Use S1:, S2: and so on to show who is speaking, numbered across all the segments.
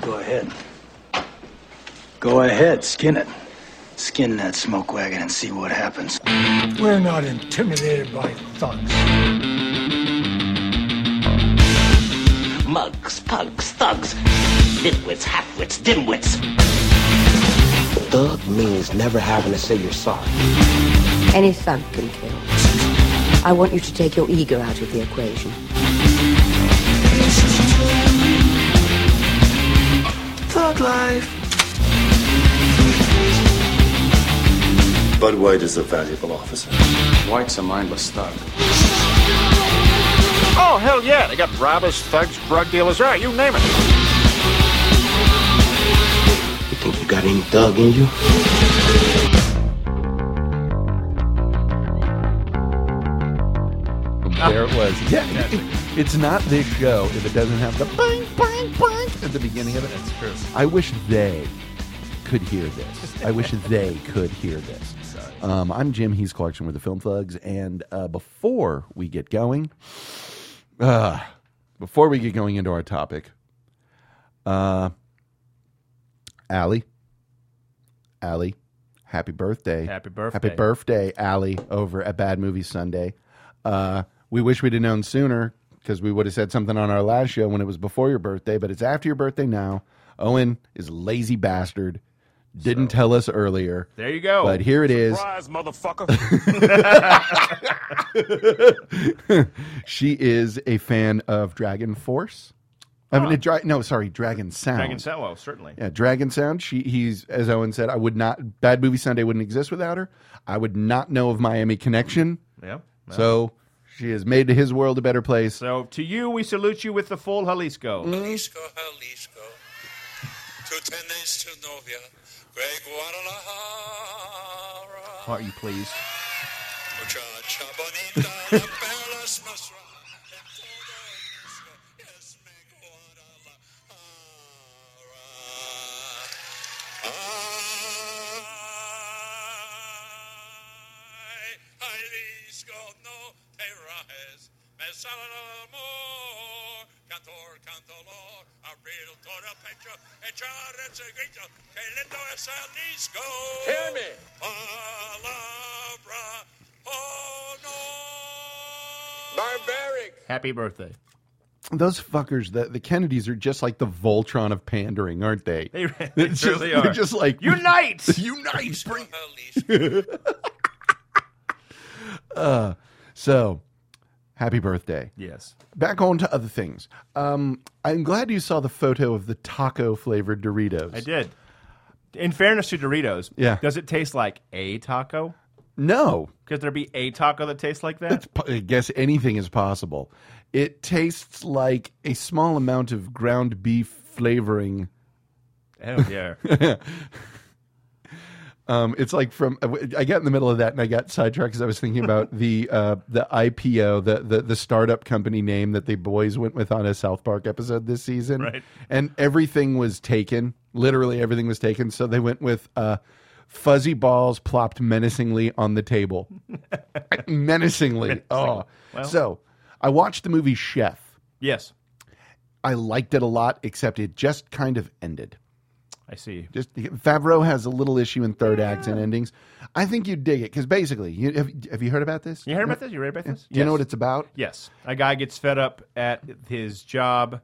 S1: Go ahead. Go ahead, skin it. Skin that smoke wagon and see what happens.
S2: We're not intimidated by thugs.
S3: Mugs, pugs, thugs, nitwits, halfwits, dimwits.
S4: Thug means never having to say you're sorry.
S5: Any thug can kill. I want you to take your ego out of the equation.
S6: Thug life.
S7: Bud White is a valuable officer.
S8: White's a mindless thug.
S9: Oh, hell yeah. They got robbers, thugs, drug dealers, right, you name it.
S4: You think you got any thug in you?
S10: There it was. Yeah, it- it- it's not this show if it doesn't have the bang, bang, bang at the beginning of it. That's true. I wish they could hear this. I wish they could hear this. Um, I'm Jim. He's Collection with the Film Thugs. And uh, before we get going, uh, before we get going into our topic, uh, Allie, Allie, happy birthday.
S11: Happy birthday.
S10: Happy birthday, Allie, over at Bad Movie Sunday. Uh, we wish we'd have known sooner because we would have said something on our last show when it was before your birthday, but it's after your birthday now. Owen is a lazy bastard. Didn't tell us earlier.
S11: There you go.
S10: But here it is.
S9: Surprise, motherfucker.
S10: she is a fan of Dragon Force. I mean, a dra- no, sorry, Dragon Sound.
S11: Ah. Dragon Cello, certainly.
S10: Yeah, Dragon Sound. She, he's as Owen said. I would not. Bad Movie Sunday wouldn't exist without her. I would not know of Miami Connection.
S11: Yeah. yeah. So,
S10: So she has made his world a better place.
S11: to you, we salute you with the full Jalisco.
S12: Jalisco, Jalisco, Tutenes, Novia, Greg Guadalajara,
S11: Are you pleased?
S12: Muchacha Bonita, La Perla es nuestra, en todo eso es mi Guadalajara. Ay, Jalisco, no te rajes, me sale el amor, cantor, cantor, abrir todo el pecho, echar ese grito, que lindo es Jalisco. Hear me. Palabra, honor. Barbaric.
S11: Happy birthday.
S10: Those fuckers, the, the Kennedys are just like the Voltron of pandering, aren't they?
S11: They,
S10: They're
S11: they
S10: just-
S11: truly
S10: they're
S11: are.
S10: just like
S11: Unite!
S10: unite. Bring
S12: Jalisco.
S10: so. Happy birthday.
S11: yes.
S10: Back on to other things. Um, I'm glad you saw the photo of the taco flavored Doritos.
S11: I did. In fairness to Doritos,
S10: Yeah.
S11: does it taste like a taco?
S10: No,
S11: Could there be a taco that tastes like that?
S10: That's, po- I guess anything is possible. It tastes like a small amount of ground beef flavoring.
S11: Hell yeah.
S10: Um, it's like from I got in the middle of that and I got sidetracked because I was thinking about the uh, the IPO, the, the the startup company name that the boys went with on a South Park episode this season,
S11: Right.
S10: and everything was taken. Literally everything was taken. So they went with uh, fuzzy balls plopped menacingly on the table, menacingly. Oh,
S11: Well-
S10: so I watched the movie Chef.
S11: yes.
S10: I liked it a lot, except it just kind of ended.
S11: I see.
S10: Just Favreau has a little issue in third acts and endings. I think you dig it because basically, you, have, have you heard about this?
S11: You heard about this? You read about this?
S10: Do you know
S11: Yes.
S10: what it's about?
S11: Yes, a guy gets fed up at his job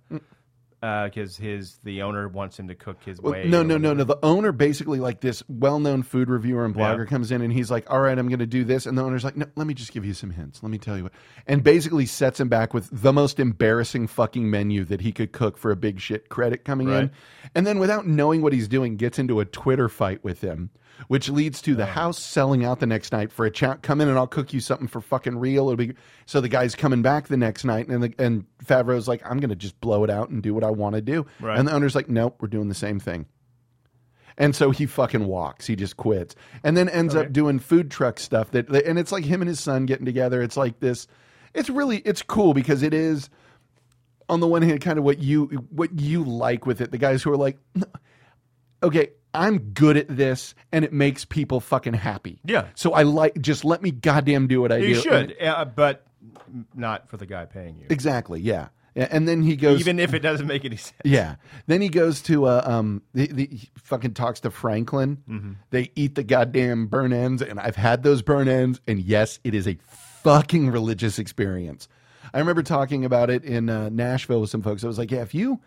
S11: because his the owner wants him to cook his
S10: Well,
S11: way.
S10: no,
S11: or
S10: no, no,
S11: whatever.
S10: no. The owner basically like this well-known food reviewer and blogger
S11: Yeah.
S10: comes in and he's like, "All right, I'm going to do this," and the owner's like, "No, let me just give you some hints. Let me tell you what," and basically sets him back with the most embarrassing fucking menu that he could cook for a big shit credit coming in,
S11: Right.
S10: and then without knowing what he's doing, gets into a Twitter fight with him, which leads to the
S11: Oh.
S10: house selling out the next night for a chat. Come in and I'll cook you something for fucking real. It'll be so the guy's coming back the next night, and the, and Favreau's like, "I'm going to just blow it out and do what I want to do,"
S11: Right.
S10: and the owner's like, "Nope, we're doing the same thing." And so he fucking walks. He just quits, and then ends up doing food truck stuff. That and it's like him and his son getting together. It's like this. It's really it's cool because it is, on the one hand, kind of what you what you like with it. The guys who are like, okay, I'm good at this, and it makes people fucking happy.
S11: Yeah.
S10: So I like just let me goddamn do what I do.
S11: You
S10: And-
S11: should, uh, but not for the guy paying you.
S10: exactly. Yeah. Yeah, and then he goes.
S11: even if it doesn't make any sense.
S10: Yeah. Then he goes to uh, um the, the he fucking talks to Franklin. They eat the goddamn burn ends, and I've had those burn ends, and yes, it is a fucking religious experience. I remember talking about it in uh, Nashville with some folks. I was like, yeah, if you,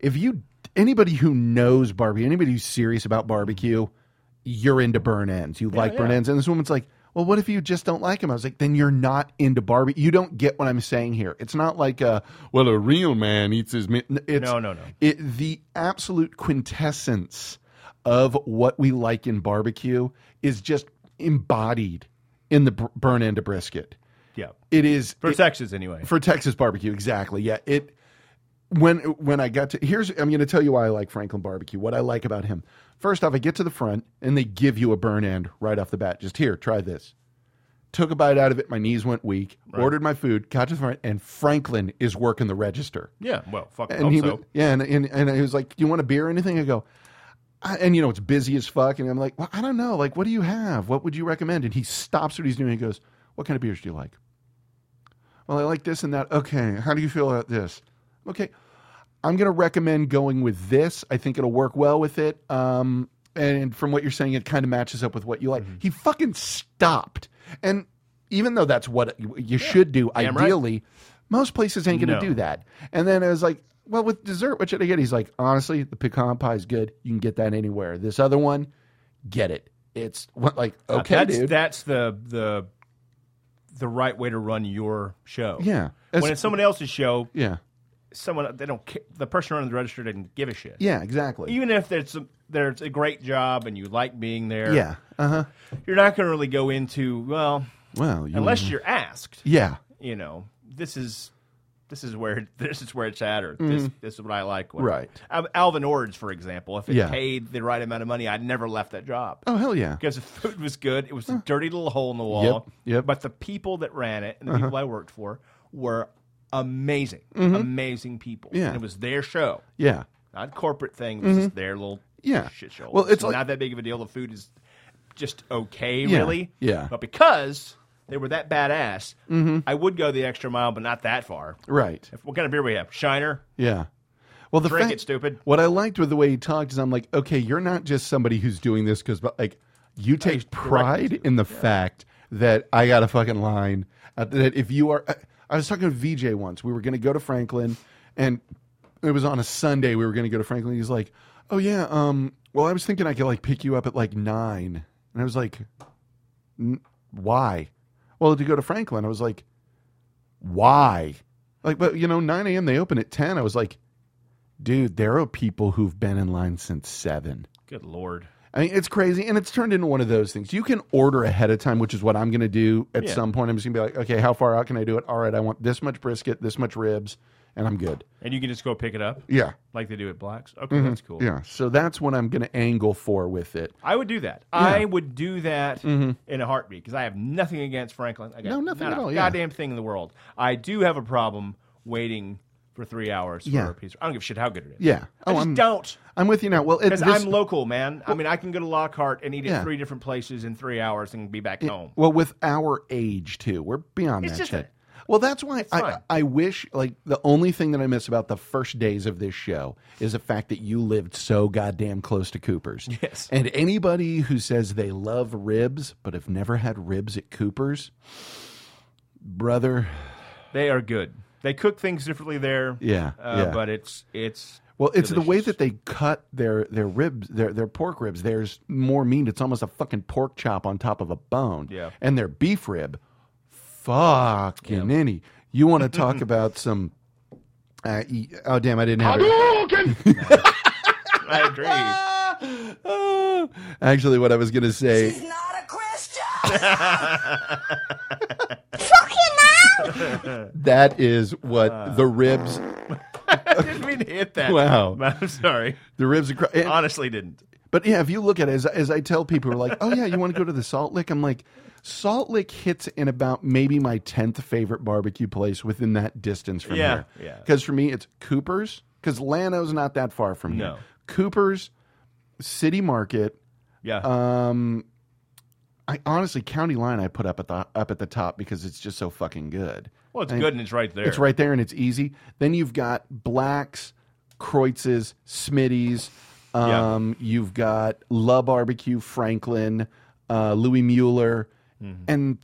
S10: if you, anybody who knows barbecue, anybody who's serious about barbecue, you're into burn ends. You like burn ends, and this woman's like. Well, what if you just don't like them? I was like, then you're not into barbecue. You don't get what I'm saying here. It's not like a well, a real man eats his meat. It's-
S11: No, no, no.
S10: it, the absolute quintessence of what we like in barbecue is just embodied in the br- burn end of brisket.
S11: Yeah.
S10: It is
S11: For
S10: it-
S11: Texas, anyway.
S10: for Texas barbecue, exactly. Yeah, it. When when I got to here's I'm going to tell you why I like Franklin barbecue. What I like about him. First off, I get to the front and they give you a burn end right off the bat. Just here, try this. Took a bite out of it. My knees went weak. Ordered my food. Got to the front, and Franklin is working the register
S11: yeah. Well, fuck.
S10: and he
S11: also.
S10: was, yeah, and, and and he was like, "Do you want a beer or anything?" I go, I, and you know it's busy as fuck, and I'm like, well, I don't know, like, what do you have? What would you recommend? And he stops what he's doing. and goes, "What kind of beers do you like?" Well, I like this and that. Okay, how do you feel about this? Okay, I'm gonna recommend going with this. I think it'll work well with it. Um, and from what you're saying, it kind of matches up with what you like.
S11: Mm-hmm.
S10: He fucking stopped, and even though that's what you you should do,
S11: Damn right.
S10: ideally, most places ain't gonna
S11: No.
S10: do that. And then I was like, well, with dessert, what should I get? He's like, honestly, the pecan pie is good. You can get that anywhere. This other one, get it. It's what like okay,
S11: Uh, that's,
S10: dude.
S11: That's the the the right way to run your show.
S10: Yeah.
S11: when it's someone else's show,
S10: yeah,
S11: someone they don't care. The person running the register didn't give a shit.
S10: yeah, exactly.
S11: Even if there's a, there's a great job and you like being there,
S10: yeah, uh huh.
S11: you're not going to really go into well
S10: Well, you,
S11: unless you're asked.
S10: yeah,
S11: You know, this is this is where this is where it's at, or this this is what I like. whatever.
S10: Mm-hmm. Right.
S11: Al- Alvin Ords, for example, if it
S10: Yeah.
S11: paid the right amount of money, I'd never left that job.
S10: oh hell yeah,
S11: because the food was good. It was a dirty little hole in the wall.
S10: Yep, Uh-huh. yep.
S11: But the people that ran it and the people I worked for were amazing, amazing people.
S10: Mm-hmm. Yeah.
S11: And it was their show,
S10: yeah.
S11: not a corporate thing. It was just their little
S10: Mm-hmm. Yeah.
S11: shit show.
S10: Well, it's
S11: not
S10: like-
S11: that big of a deal. The food is just okay,
S10: Yeah,
S11: really.
S10: yeah. Mm-hmm.
S11: But because they were that badass, I would go the extra mile, but not that far.
S10: Right.
S11: If, what kind of beer we have? Shiner.
S10: Yeah. Well, the
S11: Drink
S10: fact-
S11: it, stupid.
S10: What I liked with the way he talked is, I'm like, okay, you're not just somebody who's doing this because, like, you take pride in the fact that I got a fucking line uh, that if you are, I, I was talking to VJ once. We were going to go to Franklin, and it was on a Sunday. We were going to go to Franklin. He's like, oh yeah, um, well, I was thinking I could like pick you up at like nine, and I was like, "N- why? Well, to go to Franklin, I was like, why? Like, but you know, 9 a.m. they open at 10. I was like, dude, there are people who've been in line since 7.
S11: Good lord.
S10: I mean, it's crazy. And it's turned into one of those things. You can order ahead of time, which is what I'm going to do at
S11: Yeah.
S10: some point. I'm just going to be like, okay, how far out can I do it? All right, I want this much brisket, this much ribs, and I'm good.
S11: And you can just go pick it up
S10: Yeah. Mm-hmm.
S11: like they do at Blacks. Okay, that's cool.
S10: Yeah. So that's what I'm going to angle for with it.
S11: I would do that. I would do that in a heartbeat because I have nothing against Franklin. I
S10: Mm-hmm.
S11: got
S10: No, nothing
S11: not
S10: at
S11: a
S10: all, yeah.
S11: Goddamn thing in the world. I do have a problem waiting for three hours
S10: Yeah.
S11: for a piece. I don't give a shit how good it is.
S10: Yeah. Oh,
S11: I just
S10: I'm,
S11: don't
S10: I'm with you now. Well, it,
S11: because
S10: this-
S11: I'm local, man. I mean, I can go to Lockhart and eat
S10: Yeah.
S11: at three different places in three hours and be back home.
S10: Well, with our age too, we're beyond
S11: It's
S10: that
S11: just
S10: shit.
S11: a-
S10: well, that's why I,
S11: fine.
S10: I wish like the only thing that I miss about the first days of this show is the fact that you lived so goddamn close to Cooper's.
S11: Yes.
S10: And anybody who says they love ribs but have never had ribs at Cooper's, brother,
S11: They are good. They cook things differently there.
S10: Yeah,
S11: uh,
S10: yeah.
S11: but it's it's
S10: Well, it's the way
S11: delicious.
S10: that they cut their their ribs, their their pork ribs. There's more meat. It's almost a fucking pork chop on top of a bone.
S11: Yeah.
S10: And their beef rib, fucking any. You want to talk about some? Uh, e- oh damn! I didn't have it.
S11: I agree.
S10: Ah, actually, what I was gonna say.
S6: not a Christian!
S10: That is what
S11: Uh.
S10: the ribs.
S11: I didn't mean to hit that.
S10: Wow.
S11: I'm sorry.
S10: The ribs. Across,
S11: Honestly, didn't.
S10: But yeah, if you look at it, as, as I tell people who are like, oh yeah, you want to go to the Salt Lick? I'm like, Salt Lick hits in about maybe my 10th favorite barbecue place within that distance from
S11: Yeah,
S10: here.
S11: yeah.
S10: Because for me, it's Cooper's, because Lano's not that far from
S11: No.
S10: here. Cooper's, City Market,
S11: Yeah.
S10: um, I honestly County Line I put up at the up at the top because it's just so fucking good.
S11: Well, it's good and it's right there.
S10: It's right there and it's easy. Then you've got Blacks, Kreutz's, Smitty's.
S11: Yeah.
S10: Um, You've got La Barbecue, Franklin, uh, Louis Mueller,
S11: Mm-hmm.
S10: and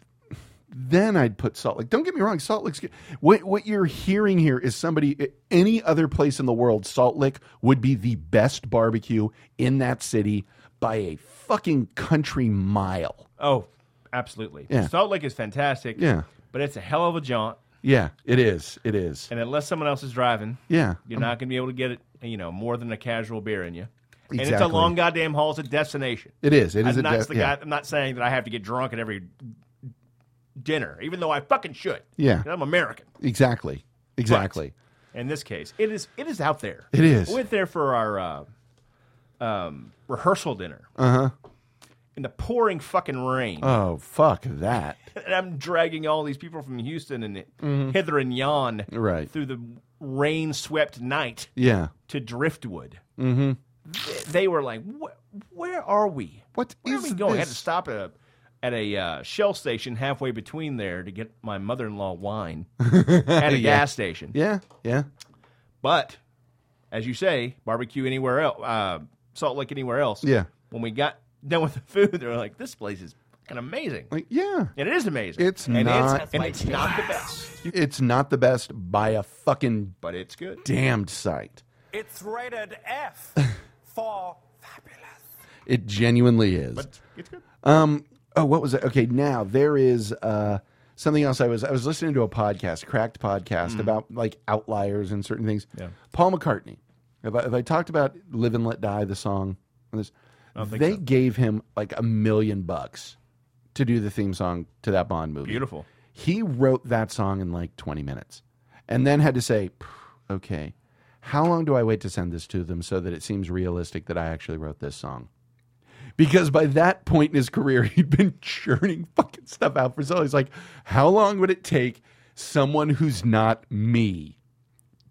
S10: then I'd put Salt Lake. Don't get me wrong, Salt Lake's good. What what you're hearing here is somebody any other place in the world, Salt Lake would be the best barbecue in that city by a fucking country mile.
S11: Oh, absolutely.
S10: Yeah.
S11: Salt Lake is fantastic.
S10: Yeah.
S11: But it's a hell of a jaunt,
S10: Yeah, it is. It is.
S11: and unless someone else is driving,
S10: Yeah.
S11: you're not going to be able to get it. You know, more than a casual beer in you. And it's a
S10: Exactly.
S11: long goddamn haul. It's a destination.
S10: It is. It is
S11: I'm
S10: a
S11: not,
S10: de-
S11: the
S10: yeah.
S11: guy, I'm not saying that I have to get drunk at every dinner, even though I fucking should.
S10: Yeah.
S11: I'm American.
S10: Exactly. Exactly.
S11: in this case, it is it is out there.
S10: It is.
S11: We went there for our uh, um, rehearsal dinner. Uh
S10: Uh-huh.
S11: huh. In the pouring fucking rain,
S10: Oh fuck that!
S11: and I'm dragging all these people from Houston and hither and yon
S10: Mm-hmm. Right.
S11: through the rain-swept night
S10: Yeah.
S11: to Driftwood. Mm-hmm. They, were like, "Wh- "Where are we?
S10: What
S11: Where
S10: is
S11: are we going?" I had to
S10: this?
S11: stop at a at a uh, shell station halfway between there to get my mother-in-law wine at a gas station.
S10: Yeah. Yeah.
S11: But as you say, barbecue anywhere else, uh, Salt Lake anywhere else.
S10: Yeah.
S11: When we got done with the food, they were like, "This place is fucking amazing."
S10: Like yeah.
S11: and it is amazing.
S10: It's
S11: and
S10: not-
S11: It's, and it's not the best,
S10: It's not the best by a fucking
S11: but it's good.
S10: damned sight.
S6: It's rated F for fabulous.
S10: It genuinely is.
S11: But it's good.
S10: Um. Oh, what was it? Okay, now there is uh something else. I was I was listening to a podcast, Cracked podcast, about like outliers and certain things.
S11: Mm. Yeah.
S10: Paul McCartney. Have I, have I talked about "Live and Let Die" the song? This-
S11: think
S10: they
S11: so.
S10: gave him like a million bucks to do the theme song to that Bond movie.
S11: Beautiful.
S10: He wrote that song in like 20 minutes and then had to say, "Phew, okay, how long do I wait to send this to them so that it seems realistic that I actually wrote this song? Because by that point in his career, he'd been churning fucking stuff out for so long. He's like, how long would it take someone who's not me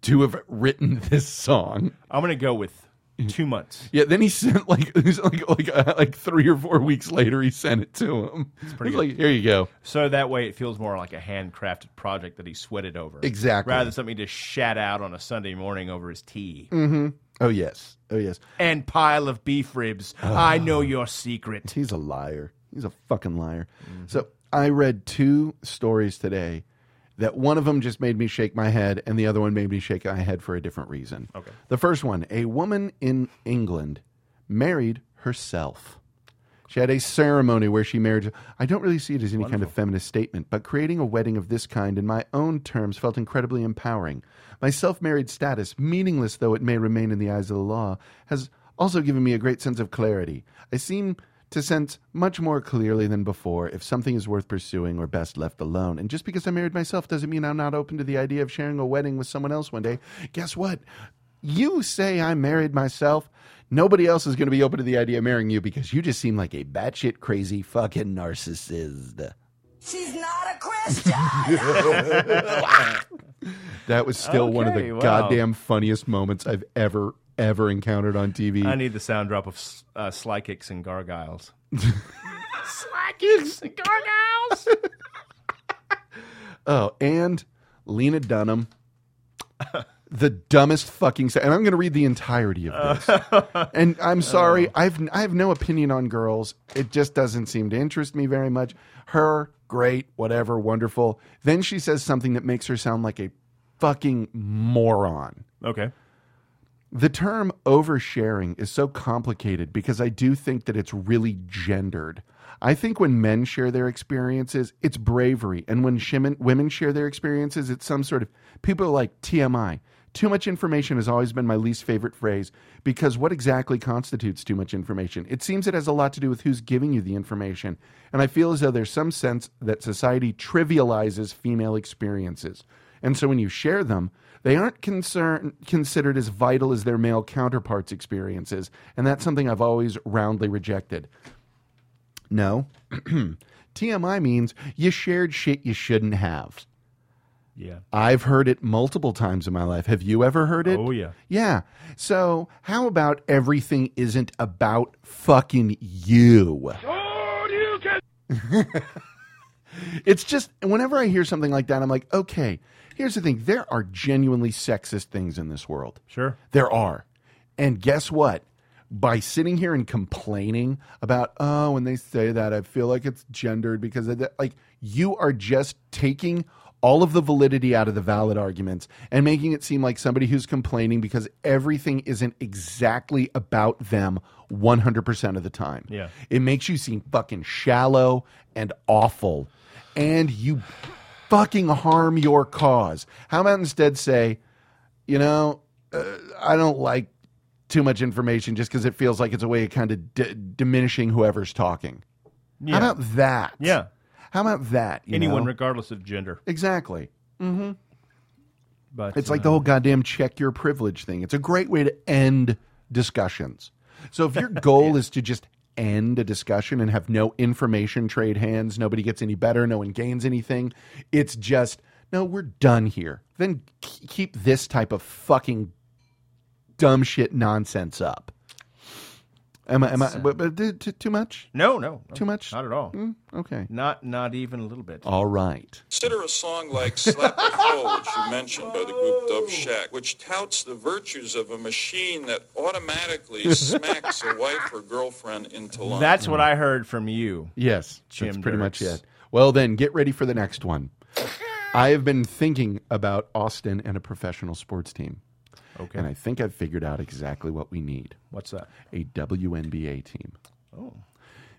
S10: to have written this song?
S11: I'm gonna go with two months.
S10: Yeah, then he sent like it was like like, uh, like three or four weeks later, he sent it to him. It's
S11: pretty
S10: like, here you go.
S11: So that way, it feels more like a handcrafted project that he sweated over,
S10: Exactly.
S11: rather than something he just shat out on a Sunday morning over his tea Mm.
S10: Oh yes, oh yes.
S11: and pile of beef ribs.
S10: Ah.
S11: I know your secret.
S10: He's a liar. He's a fucking liar. So I read two stories today that one of them just made me shake my head and the other one made me shake my head for a different reason. Okay. The first one, a woman in England married herself. She had a ceremony where she married. I don't really see it as any kind of feminist statement, but creating a wedding of this kind in my own terms felt incredibly empowering. My self married status, meaningless though it may remain in the eyes of the law, has also given me a great sense of clarity. I seem to sense much more clearly than before if something is worth pursuing or best left alone. And just because I married myself doesn't mean I'm not open to the idea of sharing a wedding with someone else one day. Guess what? You say I married myself. Nobody else is going to be open to the idea of marrying you because you just seem like a batshit crazy fucking narcissist.
S6: She's not a Christian.
S10: That was still one of
S11: Okay,
S10: the
S11: wow.
S10: goddamn funniest moments I've ever, ever encountered on TV.
S11: I need the sound drop of s- uh, sly kicks and gargoyles.
S10: Oh, and Lena Dunham, the dumbest fucking. se- And I'm going to read the entirety of this. and I'm sorry, I've I have no opinion on girls. It just doesn't seem to interest me very much. Her, great, whatever, wonderful. Then she says something that makes her sound like a fucking moron.
S11: Okay.
S10: The term oversharing is so complicated because I do think that it's really gendered. I think when men share their experiences, it's bravery. And when shimmin- women share their experiences, it's some sort of. People are like TMI. Too much information has always been my least favorite phrase because what exactly constitutes too much information? It seems it has a lot to do with who's giving you the information. And I feel as though there's some sense that society trivializes female experiences. And so when you share them, they aren't concern, considered as vital as their male counterparts' experiences. And that's something I've always roundly rejected. No. TMI means you shared shit you shouldn't have.
S11: Yeah.
S10: I've heard it multiple times in my life. Have you ever heard it?
S11: Oh, yeah.
S10: Yeah. So, how about everything isn't about fucking you? It's just whenever I hear something like that, I'm like, okay, here's the thing. There are genuinely sexist things in this world.
S11: Sure.
S10: There are. And guess what? By sitting here and complaining about, oh, when they say that, I feel like it's gendered because of that. Like, you are just taking all of the validity out of the valid arguments and making it seem like somebody who's complaining because everything isn't exactly about them 100% of the time.
S11: Yeah.
S10: It makes you seem fucking shallow and awful. And you fucking harm your cause. How about instead say, you know, uh, I don't like too much information just because it feels like it's a way of kind of d- diminishing whoever's talking.
S11: Yeah.
S10: How about that?
S11: Yeah.
S10: How about that? you
S11: Anyone,
S10: know?
S11: regardless of gender.
S10: Exactly. Mm-hmm.
S11: But
S10: It's like
S11: uh,
S10: the whole goddamn check your privilege thing. It's a great way to end discussions. So if your goal is to just end a discussion and have no information trade hands, nobody gets any better, no one gains anything, it's just, no, we're done here. Then k- keep this type of fucking dumb shit nonsense up. Am I, am I, but, but too, too much?
S11: No, no, no.
S10: Too much?
S11: Not at all.
S10: Mm, okay.
S11: Not not even a little bit.
S10: All right.
S13: Consider a song like Slap the Floor, which you mentioned by the group Dove Shack, which touts the virtues of a machine that automatically smacks a wife or girlfriend into line.
S11: That's
S10: Hmm.
S11: what I heard from you.
S10: Yes,
S11: Jim
S10: that's pretty much
S11: Dirks.
S10: it. Well, then get ready for the next one. I have been thinking about Austin and a professional sports team.
S11: Okay.
S10: And I think I've figured out exactly what we need.
S11: What's that?
S10: A WNBA team.
S11: Oh.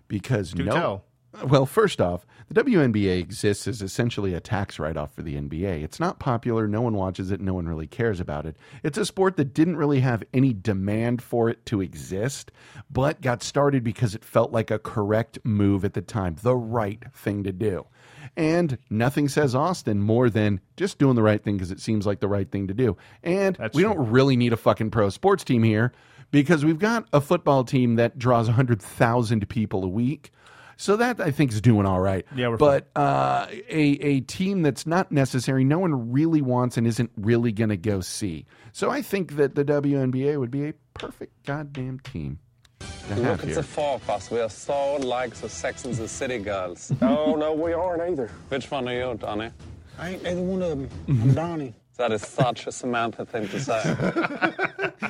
S10: Because
S11: Do
S10: no.
S11: tell.
S10: Well, first off, the WNBA exists as essentially a tax write off for the NBA. It's not popular. No one watches it. No one really cares about it. It's a sport that didn't really have any demand for it to exist, but got started because it felt like a correct move at the time, the right thing to do. And nothing says Austin more than just doing the right thing because it seems like the right thing to do. And we don't really need a fucking pro sports team here because we've got a football team that draws 100,000 people a week. So that I think is doing all right.
S11: Yeah, we're
S10: but uh, a a team that's not necessary, no one really wants and isn't really going to go see. So I think that the WNBA would be a perfect goddamn team to have
S14: Look at the
S10: here.
S14: four of us. We are so like the Sex and the City girls. oh, no, we aren't either. Which one are you, Donny?
S15: I ain't neither one of them. I'm Donnie.
S14: That is such a Samantha thing to say.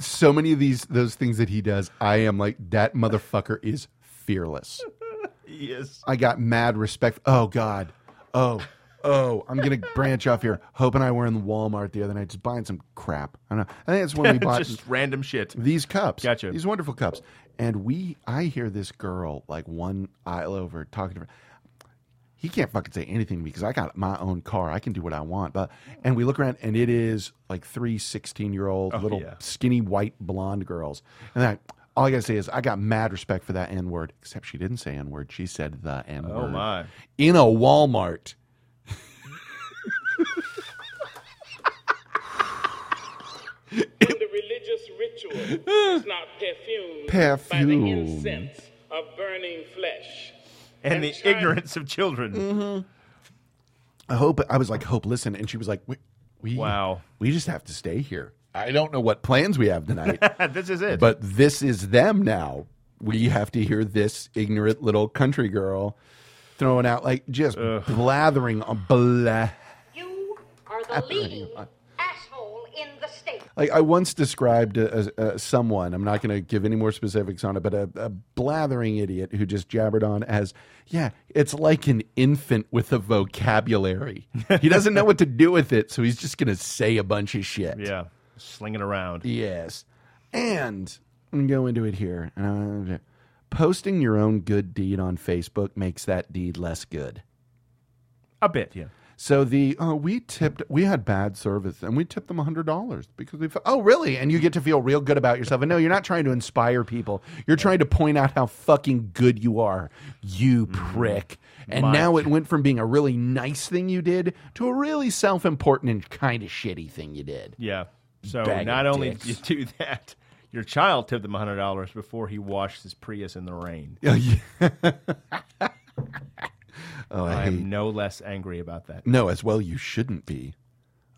S10: So many of these those things that he does, I am like that motherfucker is fearless.
S11: Yes.
S10: I got mad respect. Oh God. Oh. Oh, I'm gonna branch off here. Hope and I were in Walmart the other night, just buying some crap. I don't know. I think that's when we bought
S11: just random shit.
S10: these cups.
S11: Gotcha.
S10: These wonderful cups. And we, I hear this girl like one aisle over talking to her. He can't fucking say anything because I got my own car. I can do what I want. But and we look around and it is like three 16 year old
S11: Oh,
S10: little
S11: yeah.
S10: skinny white blonde girls. And I, all I gotta say is I got mad respect for that N word. Except she didn't say N word. She said the N word.
S11: Oh, my.
S10: In a Walmart.
S16: When the religious ritual is not perfumed by the
S10: Perfume.
S16: incense of burning flesh.
S11: And the
S16: child-
S11: ignorance of children.
S10: Mm-hmm. I hope I was like, Hope, listen. And she was like, we, we Wow. We just have to stay here. I don't know what plans we have tonight.
S11: this is it.
S10: But this is them now. We have to hear this ignorant little country girl throwing out like just blathering on blah.
S17: Are the leading asshole in the state.
S10: Like I once described a, a, a someone, I'm not going to give any more specifics on it, but a, a blathering idiot who just jabbered on as, yeah, it's like an infant with a vocabulary. he doesn't know what to do with it, so he's just going to say a bunch of shit.
S11: yeah. Sling it around.
S10: Yes. And I'm gonna go into it here. Uh, posting your own good deed on Facebook makes that deed less good.
S11: A bit, yeah.
S10: So the oh, we tipped we had bad service and we tipped them hundred dollars because we fe- oh really and you get to feel real good about yourself and no you're not trying to inspire people you're trying to point out how fucking good you are you prick and
S11: Mike.
S10: now it went from being a really nice thing you did to a really self important and kind of shitty thing you did
S11: Yeah. So
S10: Bag of
S11: not only did you
S10: dicks.
S11: do that, your child tipped them hundred dollars before he washed his Prius in the rain.
S10: Oh, yeah. oh I hate
S11: I'm no less angry about that.
S10: No, as well you shouldn't be.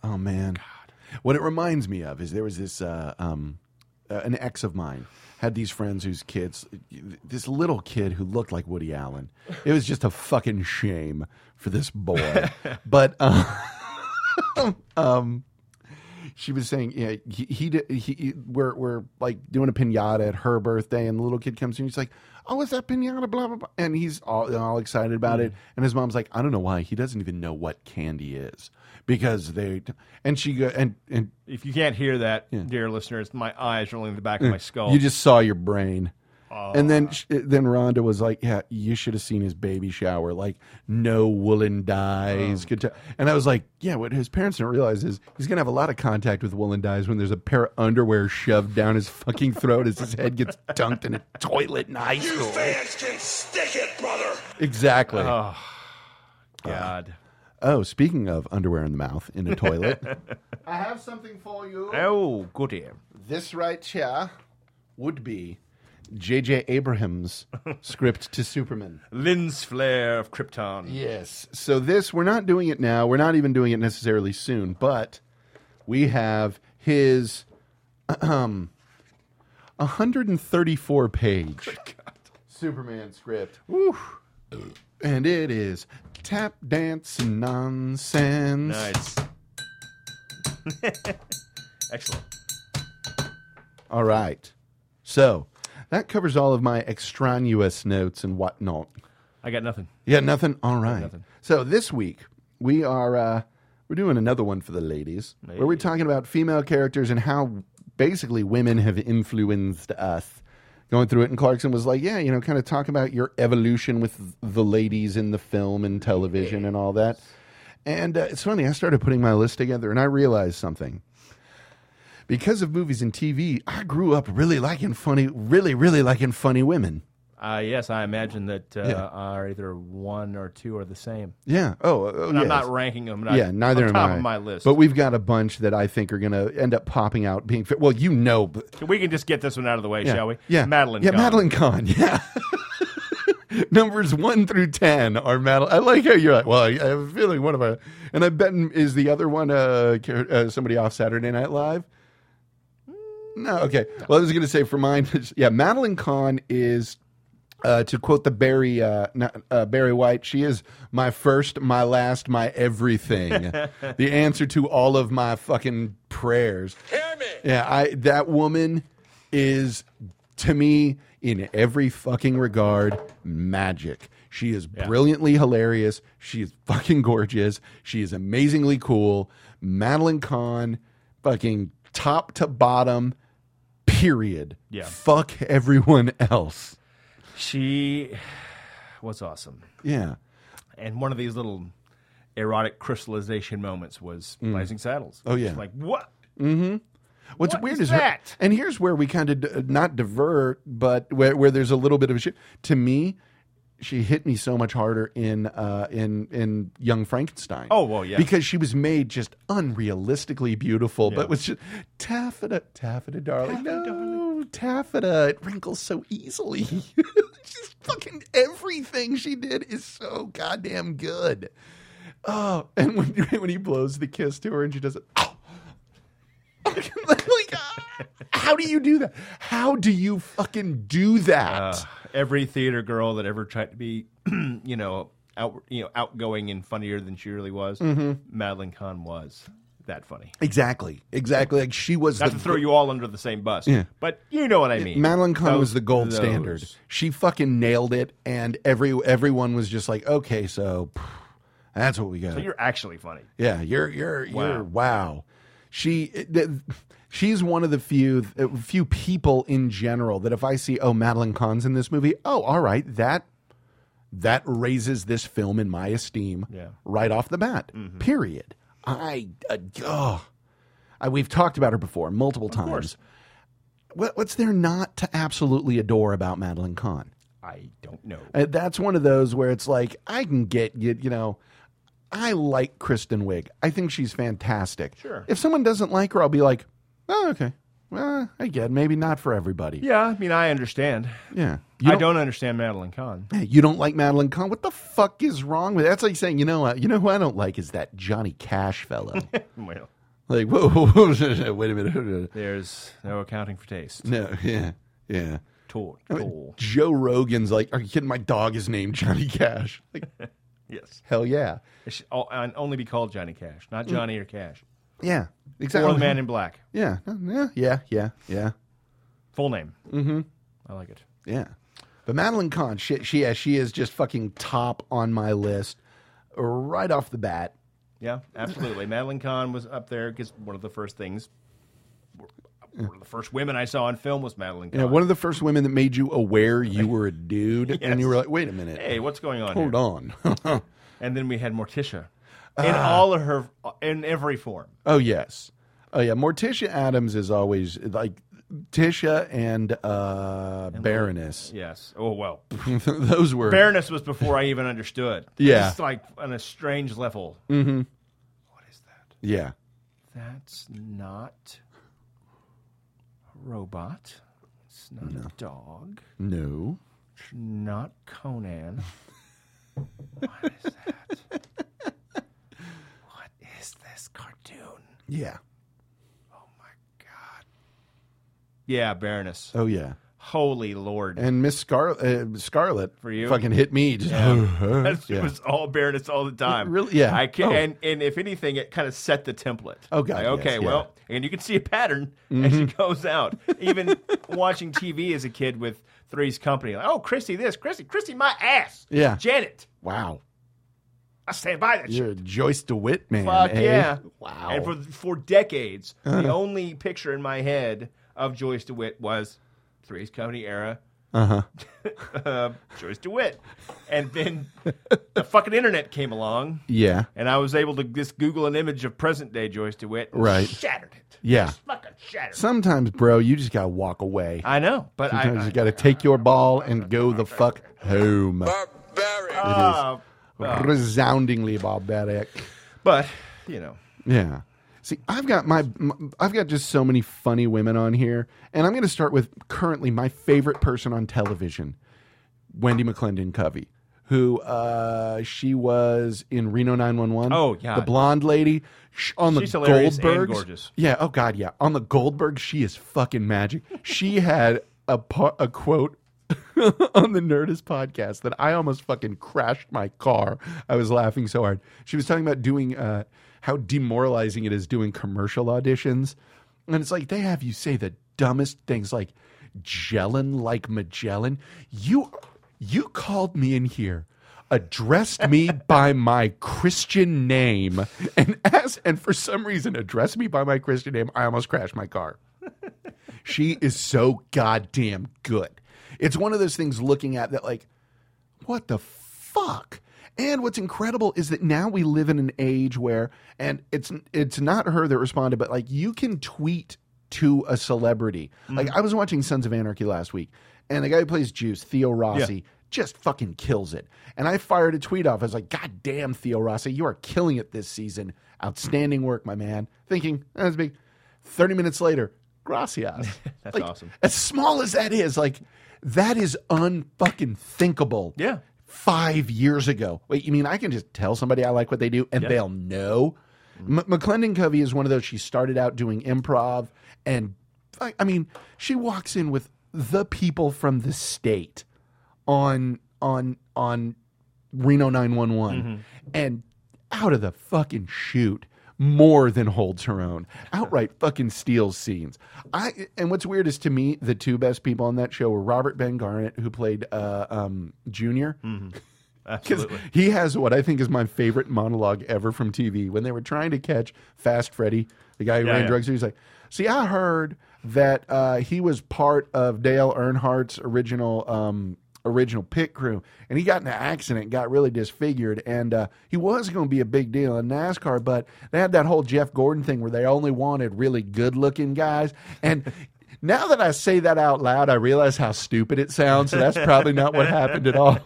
S10: Oh man. What it reminds me of is there was this uh, um, uh, an ex of mine had these friends whose kids, this little kid who looked like Woody Allen. It was just a fucking shame for this boy. but um, um, she was saying, yeah, he, he, di- he, he- we're, we're like doing a pinata at her birthday, and the little kid comes in, he's like, oh, is that pinata? Blah blah blah, and he's all, all excited about it, and his mom's like, I don't know why he doesn't even know what candy is because they, and she go and and
S11: If you can't hear that, dear listeners, my eyes rolling in the back of my skull.
S10: you just saw your brain. And then sh- then Rhonda was like, "Yeah, you should have seen his baby shower. Like, no woolen dyes. Good ti- And I was like, "Yeah, what his parents don't realize is he's gonna have a lot of contact with woolen dyes when there's a pair of underwear shoved down his fucking throat as his head gets dunked in a toilet in high
S12: You
S10: school."
S12: fans can stick it, brother.
S10: Exactly.
S11: Oh, God.
S10: oh, speaking of underwear in the mouth in a toilet,
S12: I have something for you.
S11: oh, goody.
S10: this right here would be J.J. Abrams' script to Superman.
S11: Lens flare of Krypton.
S10: Yes. So this we're not doing it now. We're not even doing it necessarily soon, but we have his um 134 page Superman script. Woo. And it is tap dance nonsense.
S11: Nice. Excellent.
S10: All right. So, that covers all of my extraneous notes and whatnot.
S11: I got nothing.
S10: Yeah, nothing. All right.
S11: nothing.
S10: So this week we are uh, we're doing another one for the ladies, where we're talking about female characters and how basically women have influenced us. Going through it, and Clarkson was like, "Yeah, you know, kind of talk about your evolution with the ladies in the film and television and all that." And uh, it's funny, I started putting my list together, and I realized something because of movies and TV. I grew up really liking funny, really, really liking funny women.
S11: Uh, yes, I imagine that uh,
S10: Yeah.
S11: are either one or two are the same.
S10: Yeah. Oh, oh,
S11: And I'm
S10: yes.
S11: not ranking them. Not
S10: yeah, neither
S11: on
S10: am
S11: top
S10: I.
S11: Of my list,
S10: But we've got a bunch that I think are going to end up popping out being fit. Well, you know, but,
S11: we can just get this one out of the way,
S10: yeah,
S11: shall we?
S10: Yeah,
S11: Madeline.
S10: Yeah,
S11: Kahn.
S10: Madeline Kahn. Yeah. Numbers one through ten are Madeline. I like how you're like. Well, I, I have a feeling one of our and I bet is the other one uh, car- uh somebody off Saturday Night Live.
S11: Mm.
S10: No, okay. Well, I was going to say for mine, yeah, Madeline Kahn is, uh, to quote the Barry uh, not, uh, Barry White, she is my first, my last, my everything, the answer to all of my fucking prayers. Yeah, I that woman is to me in every fucking regard magic. She is brilliantly hilarious. She is fucking gorgeous. She is amazingly cool. Madeline Kahn, fucking top to bottom, period.
S11: Yeah.
S10: Fuck everyone else.
S11: She was awesome.
S10: Yeah.
S11: And one of these little erotic crystallization moments was
S10: Mm.
S11: Blazing Saddles.
S10: Oh, yeah.
S11: It's Like what?
S10: Mm-hmm. What's
S11: What
S10: weird
S11: is
S10: is, her-
S11: that?
S10: and here's where we kind of d- not divert, but where, where there's a little bit of a shift. To me, she hit me so much harder in uh, in in Young Frankenstein.
S11: Oh, well, yeah.
S10: because she was made just unrealistically beautiful,
S11: Yeah.
S10: but was just taffeta, taffeta, darling, no, taffeta, it wrinkles so easily. just fucking everything she did is so goddamn good. Oh, and when when he blows the kiss to her and she does it. ah, How do you do that? How do you fucking do that?
S11: Uh, every theater girl that ever tried to be, you know, out, you know, outgoing and funnier than she really was,
S10: Mhm.
S11: Madeline Kahn was that funny.
S10: exactly, exactly. Like she was
S11: Not
S10: the
S11: to throw you all under the same bus,
S10: Yeah.
S11: but you know what I mean.
S10: Madeline Kahn
S11: Those-
S10: was the gold
S11: those.
S10: standard. She fucking nailed it, and every everyone was just like, okay, so phew, that's what we got.
S11: So you're actually funny.
S10: Yeah, you're you're
S11: Wow.
S10: you're wow. She th- she's one of the few few people in general that if I see oh Madeline Kahn's in this movie, oh all right, that that raises this film in my esteem
S11: Yeah. Mm-hmm.
S10: right off the bat. Period. I uh, oh, I, we've talked about her before multiple times. What, what's there not to absolutely adore about Madeline Kahn?
S11: I don't know.
S10: Uh, that's one of those where it's like I can get you, you know, I like Kristen Wiig. I think she's fantastic.
S11: Sure.
S10: If someone doesn't like her, I'll be like, oh, okay. Well, I get it. maybe not for everybody.
S11: Yeah, I mean, I understand.
S10: Yeah.
S11: I don't, understand Madeline Kahn.
S10: Hey, you don't like Madeline Kahn? What the fuck is wrong with that's like saying you know uh, you know who I don't like is that Johnny Cash fellow.
S11: Well,
S10: Like, whoa, whoa, whoa wait a minute.
S11: There's no accounting for taste.
S10: No, yeah, yeah.
S11: Tort.
S10: I mean, Joe Rogan's like, are you kidding? My dog is named Johnny Cash. Like,
S11: yes.
S10: Hell yeah.
S11: It should all, and only be called Johnny Cash, not Johnny or Cash.
S10: Yeah, Mm. exactly.
S11: Or the Man in Black.
S10: Yeah, yeah, yeah, yeah, yeah.
S11: Full name.
S10: Mm-hmm.
S11: I like it.
S10: Yeah. But Madeline Kahn, she, she, yeah, she is just fucking top on my list right off the bat.
S11: Yeah, absolutely. Madeline Kahn was up there because one of the first things, one of the first women I saw on film was Madeline Kahn.
S10: Yeah, one of the first women that made you aware you were a dude,
S11: Yes.
S10: and you were like, "Wait a minute,
S11: Hey, what's going on?
S10: Hold
S11: here?
S10: on."
S11: And then we had Morticia in
S10: Ah.
S11: all of her, in every form.
S10: oh yes, oh yeah. Morticia Adams is always like Tisha and, uh, Baroness.
S11: Yes. Oh well.
S10: Those were
S11: Baroness was before I even understood.
S10: Yeah.
S11: It's like on a strange level.
S10: Mm-hmm. What is that? Yeah.
S11: That's not a robot. It's not a dog.
S10: No.
S11: It's not Conan. what is that? what is this cartoon?
S10: Yeah.
S11: Yeah, Baroness.
S10: Oh yeah.
S11: Holy Lord.
S10: And Miss Scar- uh, Scarlet
S11: for you.
S10: fucking hit me. Just,
S11: Yeah. That's-
S10: Yeah.
S11: It was all Baroness all the time.
S10: Really? Yeah.
S11: I can,
S10: Oh.
S11: and, and if anything, it kind of set the template.
S10: Oh, God,
S11: Like,
S10: yes,
S11: okay,
S10: yeah. Mm-hmm.
S11: well, and you can see a pattern as it goes out. Even watching TV as a kid with Three's Company, like, oh, Christy, this, Christy, Christy, my ass.
S10: Yeah.
S11: Janet,
S10: Wow.
S11: I stand by that
S10: You're
S11: shit.
S10: a Joyce DeWitt man.
S11: Fuck
S10: eh?
S11: yeah.
S10: Wow.
S11: And for, for decades, the
S10: Uh-huh.
S11: only picture in my head of Joyce DeWitt was Three's Company era
S10: uh-huh.
S11: uh, Joyce DeWitt. And then the fucking internet came along.
S10: Yeah.
S11: And I was able to just Google an image of present day Joyce DeWitt. And
S10: Right.
S11: Shattered it.
S10: Yeah.
S11: Just fucking shattered it.
S10: Sometimes, bro, you just gotta walk away.
S11: I know, but I-
S10: Sometimes
S11: I-
S10: you gotta take your ball and go the fuck home.
S11: Ah,
S10: It is
S11: ah.
S10: resoundingly barbaric.
S11: But, you know,
S10: Yeah. See, I've got my, my I've got just so many funny women on here, and I'm going to start with currently my favorite person on television, Wendy McClendon Covey, who uh, she was in Reno 911.
S11: Oh, God.
S10: the blonde lady sh- on the
S11: She's hilarious and
S10: Goldbergs.
S11: gorgeous.
S10: Yeah. Oh God. Yeah. On the Goldberg, she is fucking magic. she had a par- a quote on the Nerdist podcast that I almost fucking crashed my car. I was laughing so hard. She was talking about doing uh, how demoralizing it is doing commercial auditions, and it's like they have you say the dumbest things like "Jellin like Magellan." You you called me in here. Addressed me by my Christian name and asked, and for some reason, addressed me by my Christian name. I almost crashed my car. She is so goddamn good. It's one of those things looking at that, like, what the fuck? And what's incredible is that now we live in an age where, and it's it's not her that responded, but like you can tweet to a celebrity.
S11: Mm-hmm.
S10: Like I was watching Sons of Anarchy last week, and the guy who plays Juice, Theo Rossi, just fucking kills it. And I fired a tweet off. I was like, God damn, Theo Rossi, you are killing it this season. Outstanding work, my man. Thinking that's big. Thirty minutes later, gracias.
S11: that's
S10: Like,
S11: awesome.
S10: as small as that is, like that is unfucking thinkable.
S11: Yeah.
S10: Five years ago. Wait, you mean I can just tell somebody I like what they do and
S11: Yeah.
S10: they'll know? M- McClendon Covey is one of those. She started out doing improv, and I, I mean, she walks in with the people from the state on on on Reno 911 and out of the fucking shoot more than holds her own outright fucking steals scenes i and what's weird is to me the two best people on that show were robert ben garnett who played uh, um, junior because
S11: absolutely.
S10: he has what I think is my favorite monologue ever from TV. When they were trying to catch Fast Freddy, the guy who
S11: Yeah,
S10: ran
S11: yeah.
S10: drugs, he's like, "See, I heard that uh, he was part of Dale Earnhardt's original um, original pit crew, and he got in an accident, and got really disfigured, and uh, he was going to be a big deal in NASCAR, but they had that whole Jeff Gordon thing where they only wanted really good looking guys, and." Now that I say that out loud, I realize how stupid it sounds. So that's probably not what happened at all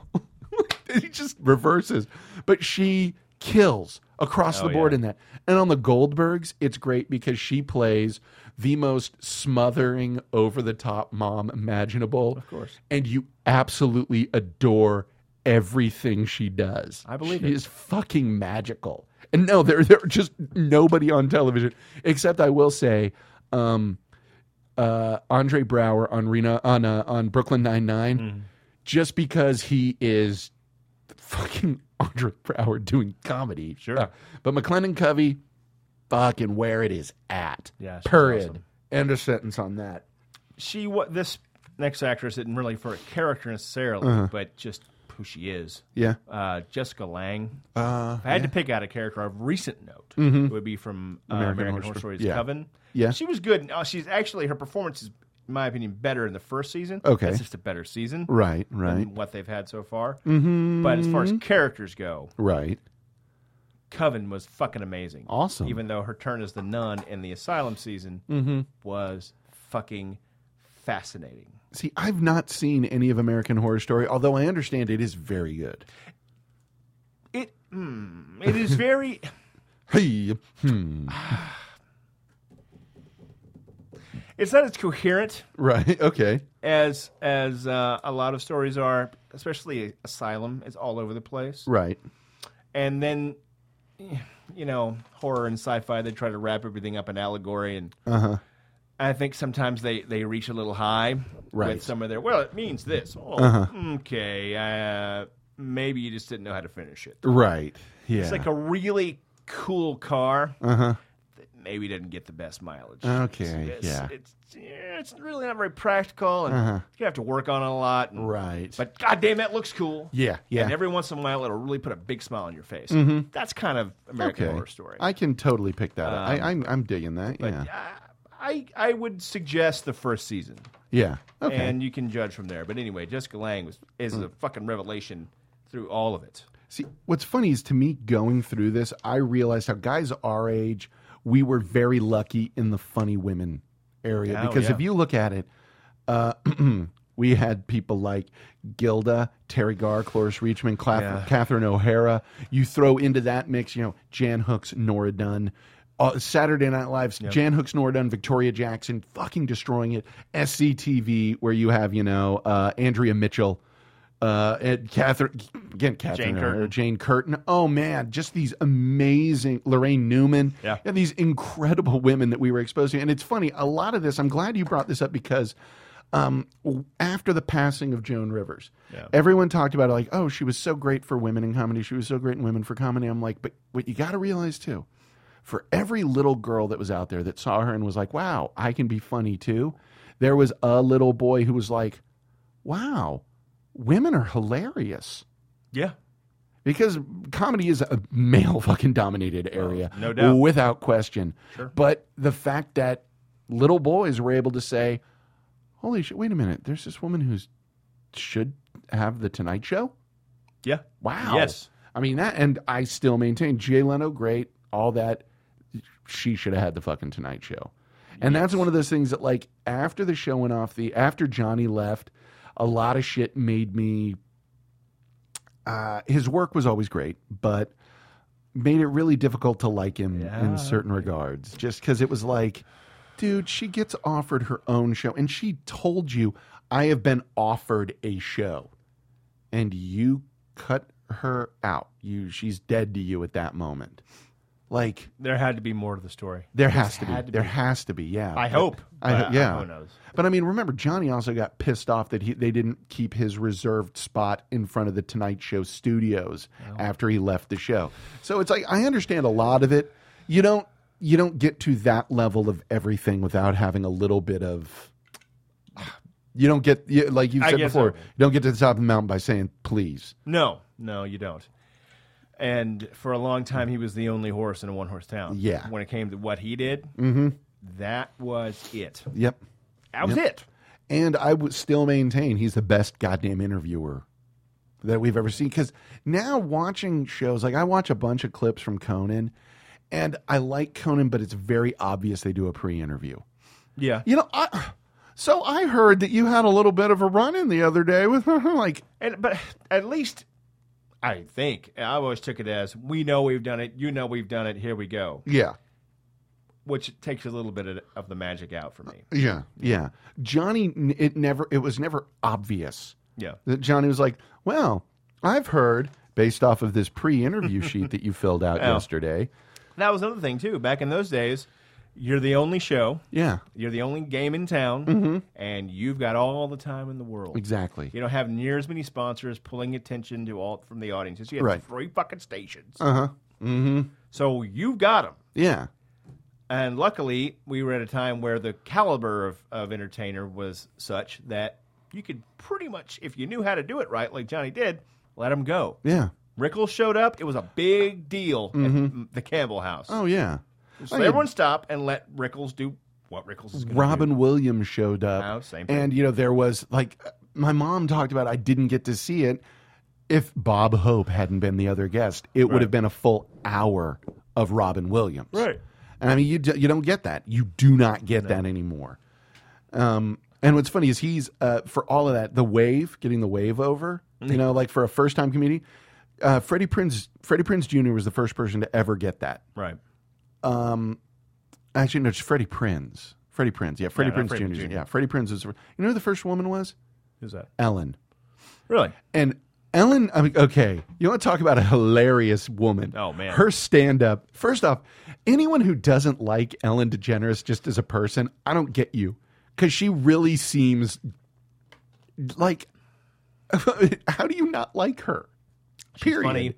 S10: he just reverses. But she kills across
S11: Oh,
S10: the board
S11: yeah.
S10: in that. And on the Goldbergs, it's great because she plays the most smothering, over the top mom imaginable. Of
S11: course.
S10: And you absolutely adore everything she does.
S11: I believe
S10: she
S11: it.
S10: is fucking magical. And no, there there are just nobody on television except I will say, um, uh, Andre Brower on Rena on uh, on Brooklyn Nine Nine,
S11: Mm-hmm.
S10: just because he is fucking Andre Brower doing comedy. Sure, but McLennan Covey, fucking where it is at.
S11: Yeah, she's
S10: period.
S11: awesome.
S10: End of sentence on that.
S11: She what this next actress isn't really for a character necessarily,
S10: Uh-huh.
S11: but just who she is.
S10: Yeah.
S11: Uh, Jessica Lang.
S10: Uh,
S11: if I had to
S10: yeah.
S11: pick out a character of recent note,
S10: Mhm.
S11: it would be from uh,
S10: American
S11: American,
S10: Horror
S11: Horror
S10: Story.
S11: Stories
S10: Yeah.
S11: Coven.
S10: Yeah.
S11: She was good. Uh, she's actually her performance is in my opinion better in the first season.
S10: Okay.
S11: It's just a better season.
S10: Right, right.
S11: Than what they've had so far.
S10: Mhm.
S11: But as far as characters go,
S10: Right.
S11: Coven was fucking amazing.
S10: Awesome.
S11: Even though her turn as the nun in the asylum season
S10: Mhm.
S11: was fucking fascinating.
S10: See, I've not seen any of American Horror Story, although I understand it is very good.
S11: It mm, it is very
S10: Hey, hmm.
S11: it's not as coherent
S10: Right. Okay.
S11: as as uh, a lot of stories are, especially asylum. It's all over the place.
S10: Right.
S11: And then you know, horror and sci-fi they try to wrap everything up in allegory and
S10: Uh huh.
S11: I think sometimes they, they reach a little high
S10: Right.
S11: with some of their. Well, it means this. Oh,
S10: Uh-huh.
S11: okay. Uh, maybe you just didn't know how to finish it.
S10: Right. Yeah.
S11: It's like a really cool car.
S10: Uh huh.
S11: that Maybe doesn't get the best mileage.
S10: Okay,
S11: It's,
S10: yeah.
S11: It's, yeah, it's really not very practical, and
S10: Uh-huh.
S11: you're gonna have to work on it a lot. and-
S10: Right.
S11: But goddamn, that looks cool.
S10: Yeah, yeah.
S11: And every once in a while, it'll really put a big smile on your face.
S10: Mhm.
S11: That's kind of American
S10: okay.
S11: Horror Story.
S10: I can totally pick that. up. I,
S11: Um,
S10: I'm I'm digging that. Yeah.
S11: I I would suggest the first season.
S10: Yeah. Okay. Mm.
S11: And you can judge from there. But anyway, Jessica Lang was is a fucking revelation through all of it.
S10: See, what's funny is to me going through this, I realized how guys our age, we were very lucky in the funny women area
S11: Oh,
S10: because
S11: yeah.
S10: if you look at it, uh, we had people like Gilda, Terry Gar, Cloris Reachman, Cla-
S11: Yeah.
S10: Catherine O'Hara. You throw into that mix, you know, Jan Hooks, Nora Dunn. Uh, Saturday Night Live's
S11: Yep.
S10: Jan Hooks, Nora Dunn, Victoria Jackson, fucking destroying it. SCTV, where you have, you know, uh, Andrea Mitchell, uh, and Catherine, again, Catherine
S11: Jane
S10: O'Hara,
S11: Curtin.
S10: Jane Curtin. Oh man, just these amazing Lorraine Newman.
S11: Yeah.
S10: And these incredible women that we were exposed to. And it's funny, a lot of this, I'm glad you brought this up because um, w- after the passing of Joan Rivers,
S11: Yeah.
S10: everyone talked about it like, oh, she was so great for women in comedy. She was so great in women for comedy. I'm like, but what you got to realize too, for every little girl that was out there that saw her and was like, wow, I can be funny too, there was a little boy who was like, wow, women are hilarious
S11: Yeah.
S10: because comedy is a male fucking dominated area
S11: Oh, no doubt.
S10: without question
S11: Sure.
S10: but the fact that little boys were able to say holy shit wait a minute there's this woman who's should have the tonight show
S11: Yeah.
S10: wow
S11: Yes.
S10: i mean that and i still maintain jay leno great all that she should have had the fucking tonight show and that's one of those things that like after the show went off the after johnny left a lot of shit made me uh, his work was always great, but made it really difficult to like him in certain regards. Just because it was like, dude, she gets offered her own show, and she told you, "I have been offered a show," and you cut her out. You, she's dead to you at that moment. Like
S11: There had to be more to the story.
S10: there has
S11: Just
S10: to be,
S11: had
S10: there has to be, yeah.
S11: I hope,
S10: I
S11: but,
S10: ho-
S11: uh,
S10: yeah.
S11: who knows?
S10: But I mean, remember, Johnny also got pissed off that he, they didn't keep his reserved spot in front of the Tonight Show studios after he left the show. So it's like I understand a lot of it. You don't you don't get to that level of everything without having a little bit of. You don't get you, like you
S11: I
S10: said
S11: guess
S10: before.
S11: so.
S10: You don't get to the top of the mountain by saying please.
S11: No, no, you don't. And for a long time, he was the only horse in a one horse town.
S10: Yeah.
S11: When it came to what he did,
S10: Mm-hmm.
S11: that was it.
S10: Yep.
S11: That was
S10: Yep.
S11: it.
S10: And I would still maintain he's the best goddamn interviewer that we've ever seen. Because now watching shows, like I watch a bunch of clips from Conan, and I like Conan, but it's very obvious they do a pre-interview.
S11: Yeah.
S10: You know, I, so I heard that you had a little bit of a run-in the other day with like,
S11: And but at least I think I always took it as we know we've done it, you know we've done it, here we go.
S10: yeah,
S11: Which takes a little bit of- of the magic out for me.
S10: yeah, yeah. Johnny, it never, it was never obvious.
S11: Yeah.
S10: that Johnny was like, "Well, I've heard based off of this pre-interview sheet that you filled out
S11: Yeah.
S10: yesterday.
S11: That was another thing too. Back in those days, you're the only show.
S10: Yeah.
S11: You're the only game in town,
S10: Mhm.
S11: and you've got all the time in the world.
S10: Exactly.
S11: You don't have near as many sponsors pulling attention to all from the audiences. You have
S10: Right.
S11: three fucking stations.
S10: Uh huh. Mm-hmm.
S11: So you got them.
S10: Yeah.
S11: And luckily, we were at a time where the caliber of, of entertainer was such that you could pretty much, if you knew how to do it right, like Johnny did, let him go.
S10: Yeah.
S11: Rickles showed up. It was a big deal
S10: Mhm.
S11: at the Campbell house.
S10: Oh yeah.
S11: So
S10: I mean-
S11: everyone stop and let Rickles do what Rickles is going to
S10: Robin Williams showed up.
S11: Oh, same thing.
S10: And you know there was like my mom talked about I didn't get to see it. If Bob Hope hadn't been the other guest, it would
S11: Right.
S10: have been a full hour of Robin Williams.
S11: Right.
S10: And I mean you do, you don't get that. You do not get that anymore. Um and what's funny is he's uh, for all of that the wave getting the wave over, you know, like for a first time comedian, uh, Freddie Prince Freddie Prince Jr. was the first person to ever get that.
S11: do. Right.
S10: Um, actually, no, it's Freddie Prinz. Freddie Prinz, yeah, Freddie
S11: Yeah, not
S10: Prinz
S11: Freddie
S10: Jr.
S11: Jr..
S10: Yeah, Freddie Prinz is. You know who the first woman was?
S11: Who's that?
S10: Ellen.
S11: Really?
S10: And Ellen, I mean, okay, you want to talk about a hilarious woman?
S11: Oh, man.
S10: her stand-up. First off, anyone who doesn't like Ellen DeGeneres just as a person, I don't get you, because she really seems like. how do you not like her?
S11: She's
S10: Period. Uh-huh.
S11: funny.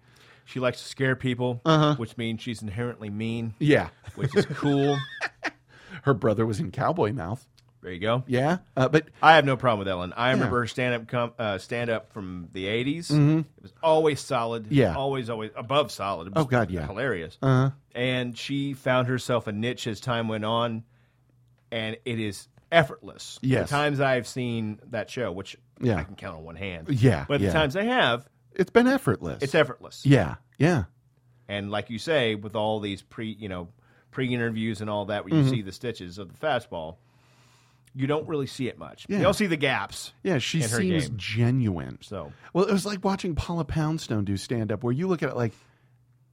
S11: She likes to scare people, which means she's inherently mean.
S10: Yeah.
S11: Which is cool.
S10: Her brother was in Cowboy Mouth.
S11: There you go.
S10: Yeah, uh, but
S11: I have no problem with Ellen. I
S10: Yeah.
S11: remember her stand up com- uh, stand up from the 80s.
S10: Mhm.
S11: It was always solid.
S10: Yeah.
S11: Always, always above solid. It was
S10: Oh, God, yeah.
S11: Hilarious.
S10: Uh-huh.
S11: And she found herself a niche as time went on, and it is effortless.
S10: Yes.
S11: The times I've seen that show, which
S10: Yeah.
S11: I can count on one hand.
S10: Yeah,
S11: But
S10: yeah.
S11: the times I have,
S10: it's been effortless.
S11: it's effortless.
S10: Yeah, yeah.
S11: And like you say, with all these pre, you know, pre-interviews and all that, where
S10: Mhm.
S11: you see the stitches of the fastball, you don't really see it much.
S10: Yeah.
S11: You don't see the gaps.
S10: Yeah, she
S11: in her
S10: seems
S11: game.
S10: genuine.
S11: So
S10: Well, it was like watching Paula Poundstone do stand up, where you look at it like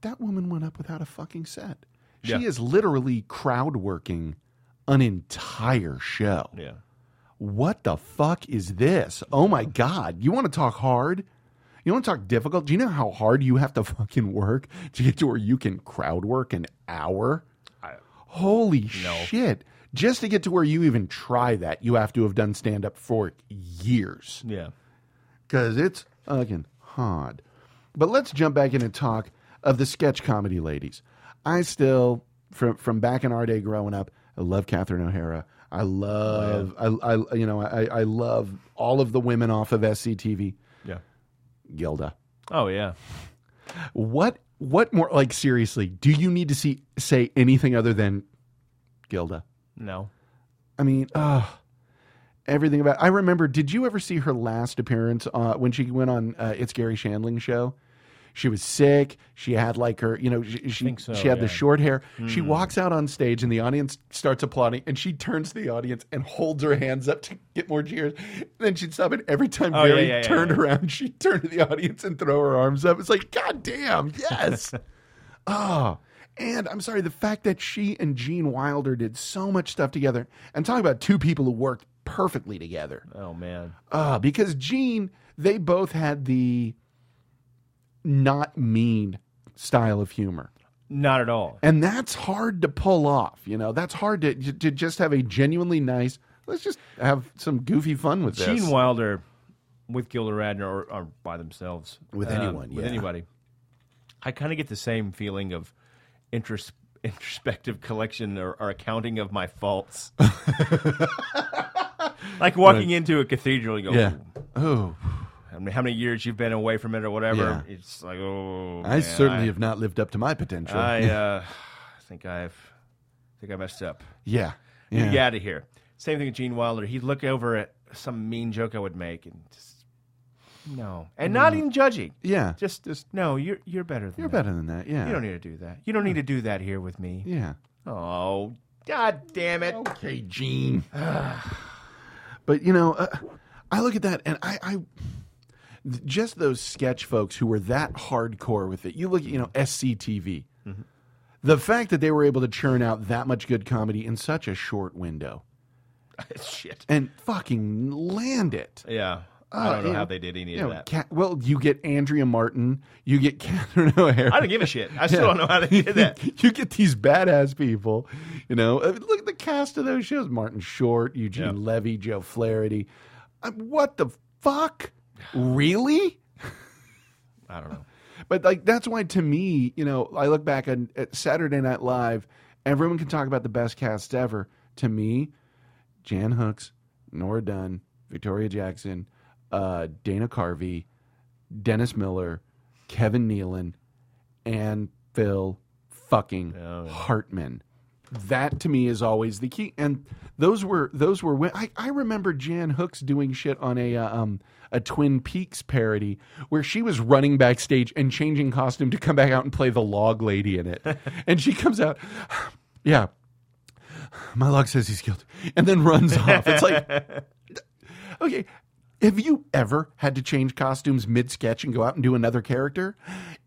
S10: that woman went up without a fucking set. She
S11: Yeah.
S10: is literally crowd working an entire show.
S11: Yeah.
S10: What the fuck is this? Oh my God. You want to talk hard? You want to talk difficult? Do you know how hard you have to fucking work to get to where you can crowd work an hour? Holy shit. Just to get to where you even try that, you have to have done stand up for years.
S11: Yeah.
S10: Because it's fucking hard. But let's jump back in and talk of the sketch comedy ladies. I still, from from back in our day growing up, I love Catherine O'Hara. I love, I, I you know, I, I love all of the women off of SCTV.
S11: Yeah.
S10: Gilda.
S11: Oh yeah.
S10: What what more like seriously, do you need to see say anything other than Gilda?
S11: No.
S10: I mean, uh, everything about I remember, did you ever see her last appearance uh, when she went on uh, It's Gary Shandling show? She was sick. She had like her, you know, she she,
S11: Think so,
S10: she had
S11: yeah.
S10: the short hair. She
S11: Mm.
S10: walks out on stage and the audience starts applauding and she turns to the audience and holds her hands up to get more cheers. And then she'd stop it every time
S11: Oh, yeah,
S10: Gary
S11: yeah, yeah,
S10: turned
S11: yeah.
S10: around, she'd turn to the audience and throw her arms up. It's like, God damn, yes. Oh, and I'm sorry, the fact that she and Gene Wilder did so much stuff together, and talking about two people who worked perfectly together.
S11: Oh man.
S10: Ah, because Gene, they both had the not mean style of humor.
S11: Not at all.
S10: And that's hard to pull off, you know. That's hard to to just have a genuinely nice. Let's just have some goofy fun with this.
S11: Gene Wilder with Gilda Radner or, or by themselves Um,
S10: With anyone,
S11: with
S10: yeah.
S11: anybody. I kind of get the same feeling of intros- introspective collection or, or accounting of my faults. like walking
S10: Right.
S11: into a cathedral, you go,
S10: Yeah.
S11: "Ooh,
S10: Oh.
S11: I mean, how many years you've been away from it or whatever?"
S10: Yeah.
S11: It's like, oh,
S10: I
S11: man,
S10: certainly have not lived up to my potential.
S11: I uh, I think I've I think I messed up.
S10: Yeah,
S11: Let me
S10: yeah.
S11: get out of here. Same thing with Gene Wilder. He'd look over at some mean joke I would make and just no, and not
S10: Mm.
S11: even judging.
S10: Yeah.
S11: just just no. You're you're better than
S10: You're
S11: that.
S10: better than that, yeah.
S11: You don't need to do that. You don't need to do that here with me.
S10: Yeah.
S11: Oh, god damn it.
S10: Okay, Gene. But you know, uh, I look at that and I, I th- just those sketch folks who were that hardcore with it. You look at you know SCTV.
S11: Mhm.
S10: The fact that they were able to churn out that much good comedy in such a short window
S11: Shit.
S10: and fucking land it.
S11: Yeah. I
S10: Uh,
S11: don't know
S10: and,
S11: how they did any
S10: you
S11: of
S10: know,
S11: that.
S10: Ca- well, you get Andrea Martin, you get Catherine O'Hara.
S11: I don't give a shit. I still don't know how they did that.
S10: you get these badass people. You know, I mean, look at the cast of those shows: Martin Short, Eugene
S11: Yeah.
S10: Levy, Joe Flaherty. I, what the fuck? Really?
S11: I don't know.
S10: But like that's why to me, you know, I look back on, at Saturday Night Live. Everyone can talk about the best cast ever. To me, Jan Hooks, Nora Dunn, Victoria Jackson, uh, Dana Carvey, Dennis Miller, Kevin Nealon, and Phil fucking Hartman. That to me is always the key. And those were those were when I, I remember Jan Hooks doing shit on a uh, um a Twin Peaks parody where she was running backstage and changing costume to come back out and play the log lady in it. and she comes out, yeah. My log says he's killed, and then runs off. It's like, okay, have you ever had to change costumes mid sketch and go out and do another character?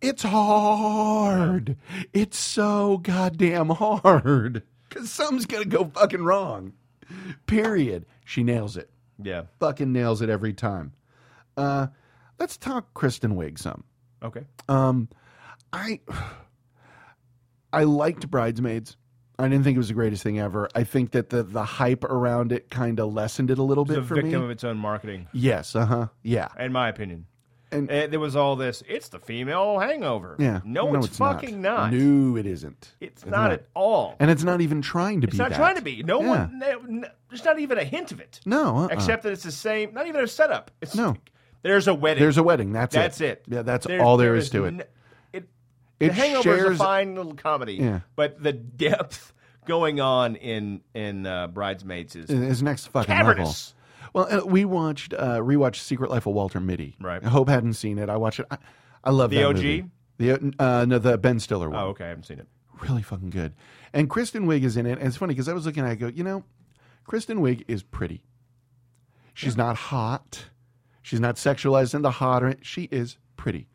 S10: It's hard. It's so goddamn hard. Because something's going to go fucking wrong. Period. She nails it.
S11: Yeah.
S10: Fucking nails it every time. Uh, let's talk Kristen Wiig some.
S11: Okay.
S10: Um, I I liked Bridesmaids. I didn't think it was the greatest thing ever. I think that the the hype around it kind of lessened it a little
S11: It's
S10: bit
S11: a
S10: for
S11: victim
S10: me.
S11: of its own marketing,
S10: Yes. Uh huh. Yeah.
S11: in my opinion.
S10: And
S11: Eh, there was all this. It's the female hangover.
S10: Yeah.
S11: No, it's, fucking not.
S10: No, it isn't.
S11: It's not at all.
S10: And it's not even trying to
S11: It's
S10: be.
S11: not
S10: that.
S11: trying to be. No
S10: Yeah.
S11: one. no- no- there's not even a hint of it.
S10: No. Uh-uh.
S11: Except that it's the same. Not even a setup. It's
S10: No.
S11: There's a wedding.
S10: There's a wedding. That's it.
S11: That's it.
S10: Yeah, that's all there is to it.
S11: n- it,
S10: It
S11: the Hangover is
S10: shares-
S11: a fine little comedy,
S10: Yeah.
S11: but the depth going on in in uh, Bridesmaids is
S10: It's next fucking
S11: cavernous.
S10: level. Well, uh, we watched uh, rewatched Secret Life of Walter Mitty.
S11: Right.
S10: Hope hadn't seen it. I watched it. I, I love
S11: The
S10: that
S11: OG?
S10: movie. The uh, no, the Ben Stiller one.
S11: Oh, okay, I haven't seen it.
S10: really fucking good. And Kristen Wiig is in it. And it's funny because I was looking at it, I go, you know, Kristen Wiig is pretty. She's not hot. She's not sexualized into hot. Or, she is pretty.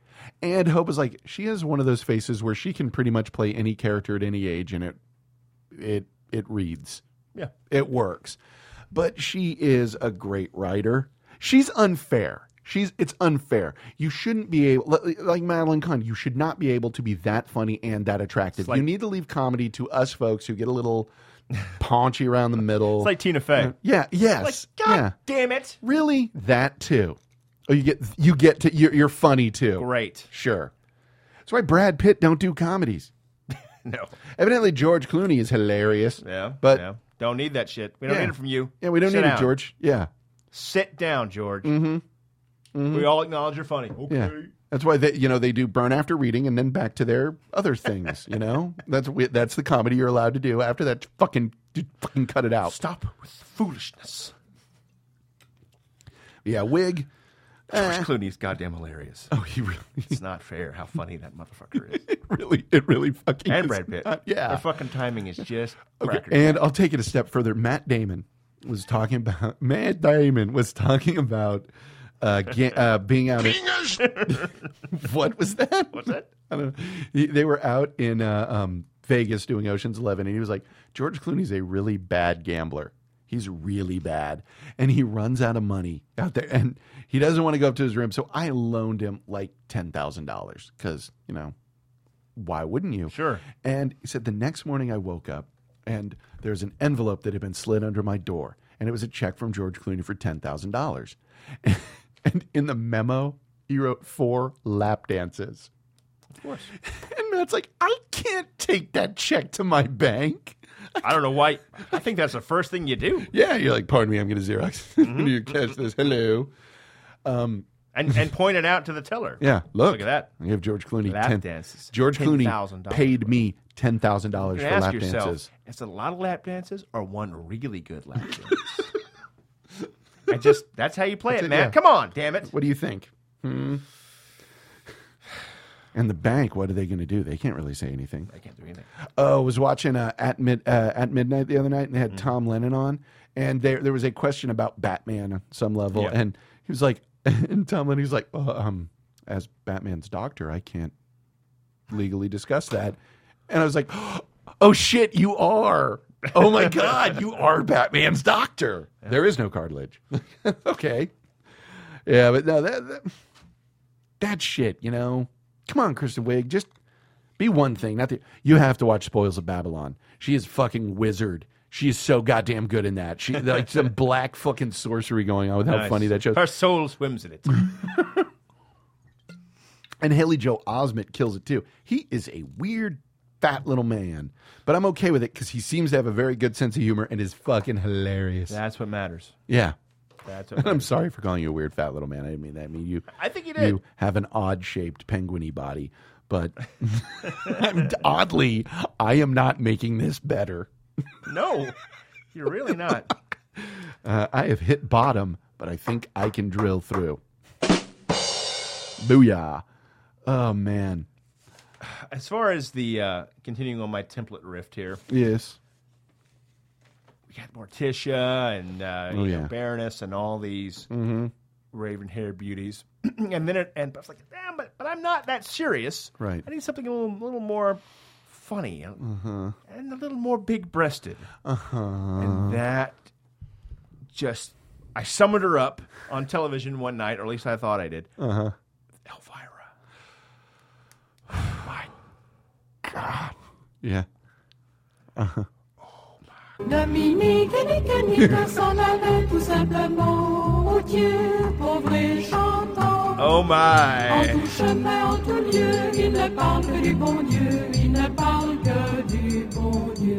S10: And Hope is like, she has one of those faces where she can pretty much play any character at any age and it it it reads.
S11: Yeah.
S10: It works. But she is a great writer. She's unfair. She's it's unfair. You shouldn't be able li- like Madeline Kahn, you should not be able to be that funny and that attractive.
S11: like-
S10: you need to leave comedy to us folks who get a little paunchy around the middle.
S11: It's like Tina Fey.
S10: yeah, yes.
S11: Like, God
S10: yeah.
S11: damn it!
S10: Really? That too. Oh, you get you get to you're, you're funny too.
S11: Great.
S10: Sure. That's why Brad Pitt don't do comedies.
S11: No.
S10: Evidently George Clooney is hilarious.
S11: Yeah.
S10: But
S11: yeah. don't need that shit. We don't
S10: Yeah.
S11: need it from you.
S10: Yeah, we don't
S11: Sit
S10: need
S11: down.
S10: it, George. Yeah.
S11: Sit down, George.
S10: Mhm. Mhm.
S11: We all acknowledge you're funny. Okay.
S10: Yeah. That's why they, you know, they do burn after reading and then back to their other things. You know, that's wi- that's the comedy you're allowed to do. After that, fucking dude, fucking cut it out.
S11: Stop with the foolishness.
S10: Yeah, wig.
S11: George
S10: Eh.
S11: Clooney's goddamn hilarious.
S10: Oh, he really.
S11: It's not fair how funny that motherfucker is.
S10: It really, it really fucking.
S11: and
S10: is
S11: Brad Pitt.
S10: not- yeah.
S11: Their fucking timing is just
S10: Okay,
S11: crackers.
S10: and I'll take it a step further. Matt Damon was talking about Matt Damon was talking about uh, ga- uh, being out. At, what was that?
S11: What's that?
S10: I don't know. He- They were out in uh, um, Vegas doing Ocean's Eleven, and he was like, "George Clooney's a really bad gambler. He's really bad, and he runs out of money out there, and he doesn't want to go up to his room. So I loaned him like ten thousand dollars because you know why wouldn't you?
S11: Sure.
S10: And he said, the next morning I woke up and there's an envelope that had been slid under my door. And it was a check from George Clooney for $10,000. And in the memo, he wrote four lap dances.
S11: Of course.
S10: And Matt's like, I can't take that check to my bank.
S11: I don't know why. I think that's the first thing you do.
S10: Yeah. You're like, pardon me, I'm going to Xerox.
S11: Mm-hmm.
S10: you catch this. Hello. Um,
S11: And and point it out to the teller.
S10: yeah. Look.
S11: Look at that.
S10: I give George Clooney
S11: Lap
S10: 10,
S11: dances.
S10: George Clooney
S11: $10,000.
S10: paid me $10,000 for
S11: You can ask
S10: lap
S11: yourself,
S10: dances.
S11: is it a lot of lap dances or one really good lap dance? I just that's how you play
S10: That's
S11: it,
S10: it,
S11: Matt.
S10: yeah.
S11: Come on, damn it.
S10: What do you think? Hmm. And the bank, what are they going to do? They can't really say anything.
S11: I can't do anything.
S10: Oh, I was watching uh, at mid uh, at midnight the other night, and they had Tom Lennon on, and there there was a question about Batman on some level,
S11: Yeah.
S10: and he was like, and Tom Lennon was like, "Uh, um, as Batman's doctor, I can't legally discuss that, and I was like, oh shit, you are, oh my god, you are Batman's doctor. There is no cartilage. okay, Yeah, but no, that, that that shit, you know. Come on, Kristen Wiig, just be one thing. Not the, you have to watch Spoils of Babylon. She is fucking wizard. She is so goddamn good in that. She like some black fucking sorcery going on with how
S11: Nice.
S10: funny that show.
S11: Her soul swims in it.
S10: And Haley Joe Osment kills it too. He is a weird, fat little man, but I'm okay with it because he seems to have a very good sense of humor and is fucking hilarious.
S11: That's what matters.
S10: Yeah.
S11: That's what
S10: And I'm sorry for calling you a weird fat little man. I didn't mean that. I mean you.
S11: I think you did.
S10: You have an odd shaped penguiny body, but I'm- oddly, I am not making this better.
S11: No, you're really not.
S10: Uh, I have hit bottom, but I think I can drill through. Booyah! Oh man,
S11: As far as the uh, continuing on my template rift here,
S10: yes,
S11: we got Morticia and uh,
S10: Oh,
S11: you
S10: yeah.
S11: know, Baroness and all these
S10: Mhm.
S11: raven haired beauties, and then it and I was like, damn, but, but I'm not that serious.
S10: Right.
S11: I need something a little, little more funny and,
S10: uh-huh.
S11: and a little more big breasted.
S10: Uh-huh.
S11: and that just I summoned her up on television one night, or at least I thought I did.
S10: Uh huh. Yeah. Uh huh.
S18: Dominique, Dominique s'en allait tout simplement au Dieu, pauvre et chantant.
S11: Oh
S18: En
S11: my!
S18: tout chemin, en tout lieu, il ne parle que du bon Dieu, il ne parle que du bon Dieu.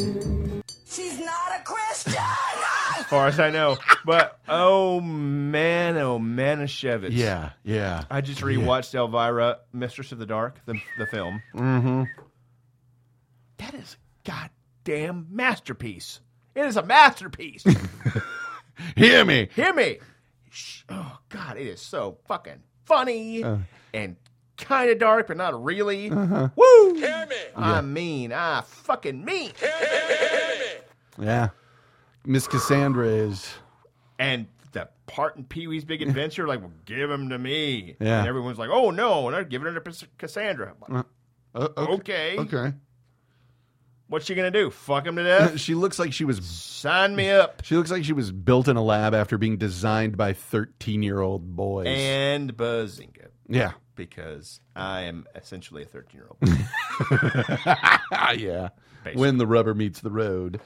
S6: She's not a Christian.
S11: As far as I know, but oh man, oh Manischewitz.
S10: Yeah, yeah.
S11: I just rewatched Elvira, Mistress of the Dark, the the film.
S10: Mm-hmm.
S11: That is a goddamn masterpiece. It is a masterpiece.
S10: Hear me.
S11: Hear me. Sh- Oh God, it is so fucking funny
S10: Uh.
S11: and kind of dark, but not really.
S10: Uh-huh.
S11: Woo! Hear me.
S10: Yeah.
S11: I mean, I fucking mean.
S10: Yeah. Miss Cassandra is.
S11: And the part in Pee Wee's Big Adventure, like, well, give him to me.
S10: Yeah.
S11: And everyone's like, oh no, and I'm giving it to Pis- Cassandra. I'm like,
S10: Uh, uh,
S11: okay.
S10: Okay.
S11: What's she gonna do? Fuck him to death?
S10: She looks like she was.
S11: Sign me up.
S10: She looks like she was built in a lab after being designed by thirteen-year-old boys.
S11: And Bazinga.
S10: Yeah.
S11: Because I am essentially a 13 year old.
S10: Ah, yeah. When the rubber meets the road.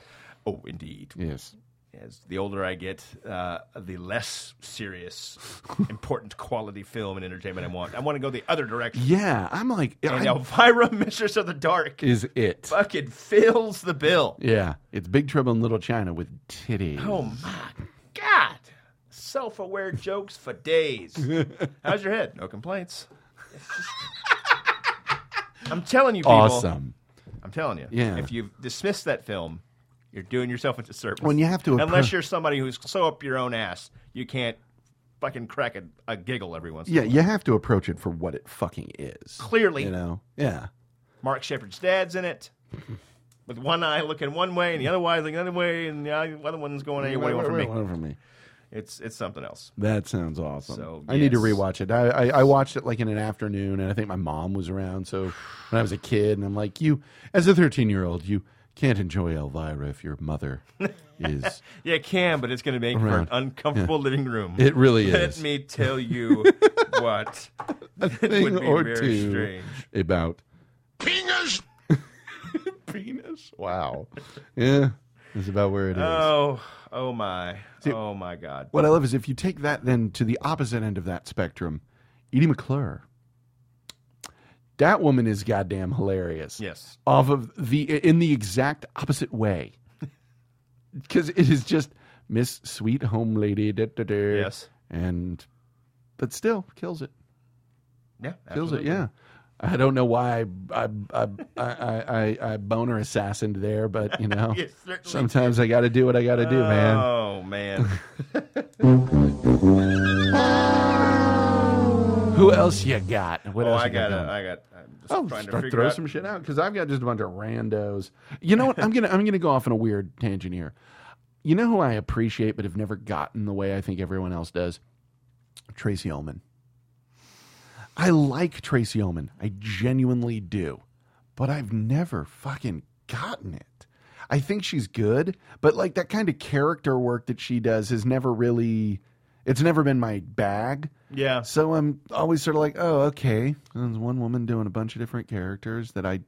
S11: Oh, indeed.
S10: Yes.
S11: As the older I get, uh, the less serious, important quality film and entertainment I want. I want to go the other direction.
S10: Yeah, I'm like
S11: And
S10: I-
S11: Elvira, Mistress of the Dark,
S10: is it.
S11: fucking fills the bill.
S10: Yeah, it's Big Trouble in Little China with titties.
S11: Oh my god! Self-aware jokes for days. How's your head? No complaints. I'm telling you, people.
S10: Awesome.
S11: I'm telling you.
S10: Yeah.
S11: If you dismiss that film, you're doing yourself a disservice.
S10: Well, and you have to
S11: unless
S10: appro-
S11: you're somebody who's so up your own ass, you can't fucking crack a, a giggle every once. in a
S10: Yeah, you have to approach it for what it fucking is.
S11: Clearly.
S10: you know. Yeah,
S11: Mark Shepard's dad's in it, with one eye looking one way and the other eye looking the other way, and the other one's going any way
S10: Wait,
S11: one for
S10: wait,
S11: me.
S10: wait, one for me.
S11: It's it's something else.
S10: That sounds awesome.
S11: So,
S10: I need to
S11: yes.
S10: rewatch it. I, I, I watched it like in an afternoon, and I think my mom was around. So when I was a kid, and I'm like, you, as a 13 year old, you can't enjoy Elvira if your mother is.
S11: Yeah, it can, but it's going to make for
S10: Around.
S11: an uncomfortable
S10: Yeah.
S11: living room.
S10: It really is.
S11: Let me tell you what.
S10: a
S11: It would
S10: thing
S11: be
S10: or
S11: very
S10: two
S11: strange.
S10: about
S11: Penis!
S10: penis. Wow. Yeah, that's about where it is.
S11: Oh, oh my. oh my God.
S10: What I love is if you take that then to the opposite end of that spectrum, Edie McClure. That woman is goddamn hilarious.
S11: Yes.
S10: Off of the in the exact opposite way. Cause it is just Miss Sweet Home Lady. Da, da, da,
S11: Yes.
S10: And but still kills it.
S11: Yeah,
S10: Kills it,
S11: absolutely.
S10: yeah. I don't know why I I I I, I, I boner assassined there, but you know
S11: You certainly did.
S10: sometimes I gotta do what I gotta do, man.
S11: Oh, man.
S10: Who else you got? What
S11: oh,
S10: else
S11: I
S10: you
S11: got
S10: going?
S11: to I got. I'm just
S10: Oh,
S11: trying to
S10: start
S11: figure
S10: throw
S11: out.
S10: some shit out because I've got just a bunch of randos. You know what? I'm gonna I'm gonna go off on a weird tangent here. You know who I appreciate but have never gotten the way I think everyone else does? Tracy Ullman. I like Tracy Ullman. I genuinely do, but I've never fucking gotten it. I think she's good, but like that kind of character work that she does has never really It's never been my bag.
S11: Yeah.
S10: So I'm always sort of like, oh, okay. And there's one woman doing a bunch of different characters that I
S11: I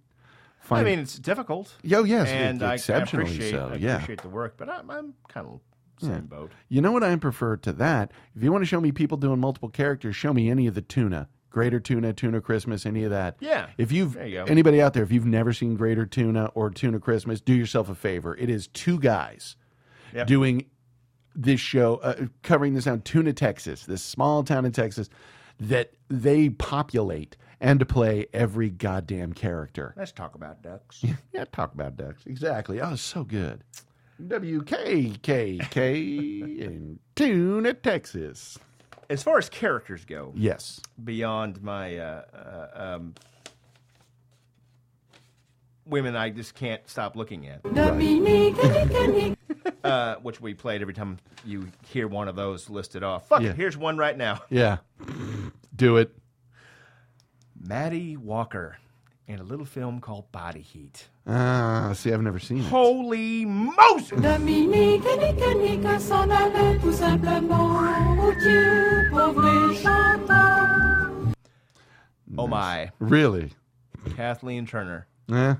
S10: find.
S11: mean, it's difficult.
S10: Yo, yes,
S11: and
S10: it's
S11: I, I
S10: exceptionally
S11: appreciate,
S10: so,
S11: I
S10: yeah.
S11: appreciate the work, but I'm, I'm kind of same
S10: Yeah.
S11: boat.
S10: You know what I prefer to that? If you want to show me people doing multiple characters, show me any of the tuna. Greater tuna, tuna Christmas, any of that.
S11: Yeah.
S10: If you've
S11: There you go.
S10: anybody out there, if you've never seen Greater Tuna or Tuna Christmas, do yourself a favor. It is two guys
S11: Yep.
S10: doing this show, uh, covering this town, Tuna, Texas, this small town in Texas that they populate and play every goddamn character.
S11: Let's talk about ducks.
S10: Yeah, talk about ducks. Exactly. Oh, so good. WKKK in Tuna, Texas.
S11: As far as characters go,
S10: Yes.
S11: beyond my uh, uh, um, women, I just can't stop looking at. uh, which we played every time you hear one of those listed off. Fuck
S10: Yeah.
S11: it, here's one right now.
S10: Yeah. Do it.
S11: Maddie Walker in a little film called Body Heat.
S10: Ah, see, I've never seen it.
S11: Holy Moses!
S18: Dominique et Nick s'en allaient tout simplement. Oh Dieu, pauvre et chantant.
S11: Oh my.
S10: Really?
S11: Kathleen Turner.
S10: Yeah.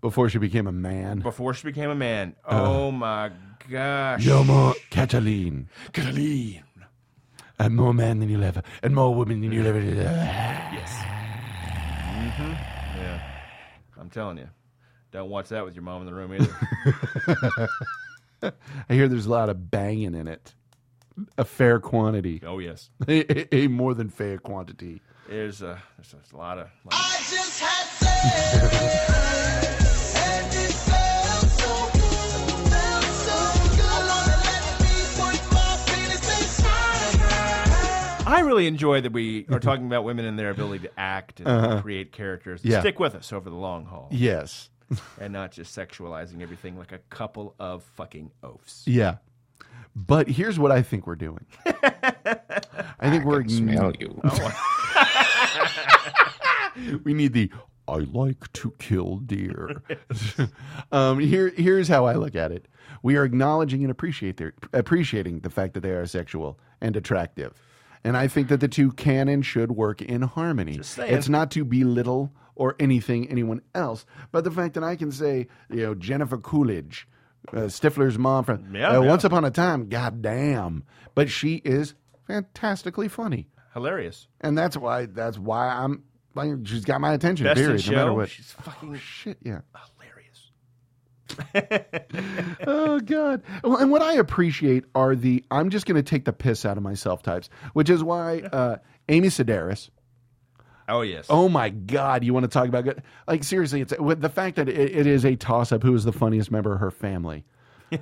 S10: Before she became a man.
S11: Before she became a man.
S10: Uh.
S11: Oh my gosh.
S10: You're more Cataline. Cataline. I'm more man than you'll ever, and more woman than you'll ever.
S11: hmm Yeah. I'm telling you. Don't watch that with your mom in the room either.
S10: I hear there's a lot of banging in it. A fair quantity.
S11: Oh, yes.
S10: A, a- a more than fair quantity.
S11: there's, a, there's a lot of. lot
S12: I just had sex, and it felt so good, felt so good. Lord, let me put my penis inside.
S11: I really enjoy that we are talking about women and their ability to act and
S10: Uh-huh.
S11: create characters and
S10: Yeah.
S11: stick with us over the long haul.
S10: Yes.
S11: And not just sexualizing everything like a couple of fucking oafs.
S10: Yeah. But here's what I think we're doing. I think we're smell you. we need the I like to kill deer. um, here, here's how I look at it. We are acknowledging and appreciate their, appreciating the fact that they are sexual and attractive. And I think that the two can and should work in harmony.
S11: saying.
S10: It's not to belittle or anything anyone else, but the fact that I can say, you know, Jennifer Coolidge, uh, Stifler's mom from
S11: Yeah,
S10: uh,
S11: yeah.
S10: Once Upon a Time, goddamn. But she is fantastically funny
S11: Hilarious.
S10: and that's why that's why I'm like she's got my attention.
S11: Best in
S10: period, no matter
S11: show.
S10: what.
S11: She's fucking
S10: shit. Yeah, hilarious. oh god. Well, and what I appreciate are the I'm just going to take the piss out of myself types, which is why uh, Amy Sedaris.
S11: Oh, yes.
S10: Oh my God! You want to talk about good? Like seriously, it's with the fact that it, it is a toss-up. Who is the funniest member of her family?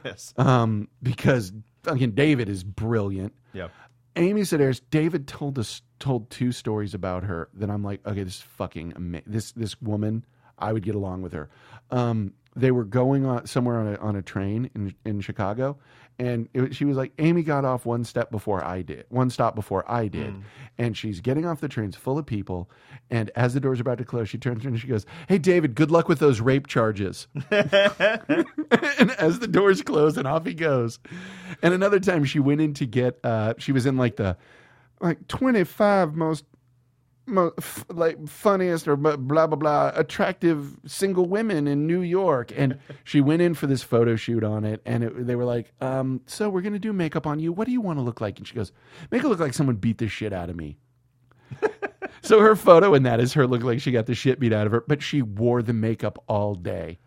S11: Yes.
S10: Um, because fucking David is brilliant.
S11: Yep.
S10: Amy Sedaris, David told us told two stories about her that I'm like, okay, this is fucking ama- this this woman, I would get along with her. Um, they were going on somewhere on a on a train in in Chicago, and it, was- she was like, Amy got off one step before I did, one stop before I did, and she's getting off the train, it's full of people, and as the door's about to close, she turns around and she goes, Hey, David, good luck with those rape charges. and as the doors close and off he goes and another time she went in to get uh she was in like the like 25 most most f- like funniest or blah blah blah, blah attractive single women in New York and she went in for this photo shoot on it and it, they were like um so we're going to do makeup on you what do you want to look like and she goes make it look like someone beat the shit out of me so her photo in that is her looking like she got the shit beat out of her but she wore the makeup all day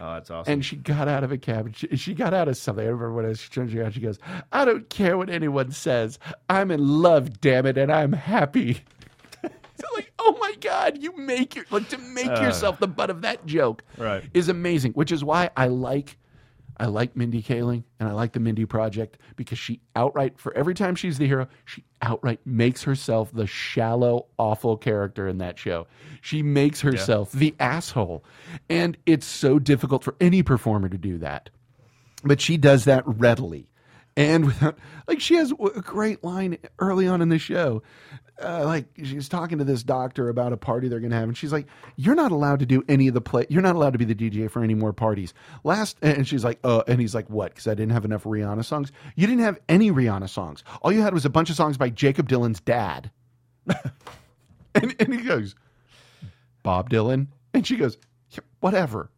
S11: Oh, that's awesome.
S10: and she got out of a cab. and She, she got out of something. I remember when I was turning around, she goes, I don't care what anyone says. I'm in love, damn it, and I'm happy. so like, oh my God, you make your like to make
S11: Uh.
S10: yourself the butt of that joke
S11: Right.
S10: is amazing, which is why I like I like Mindy Kaling and I like the Mindy Project because she outright for every time she's the hero, she outright makes herself the shallow, awful character in that show. She makes herself the asshole. And it's so difficult for any performer to do that. But she does that readily. And without, like, she has a great line early on in the show uh, like she's talking to this doctor about a party they're going to have, and she's like, "You're not allowed to do any of the play. You're not allowed to be the DJ for any more parties." Last, and she's like, "Uh," and he's like, "What?" Because I didn't have enough Rihanna songs. You didn't have any Rihanna songs. All you had was a bunch of songs by Jacob Dylan's dad. and, and he goes, "Bob Dylan," and she goes, "Yeah, "Whatever."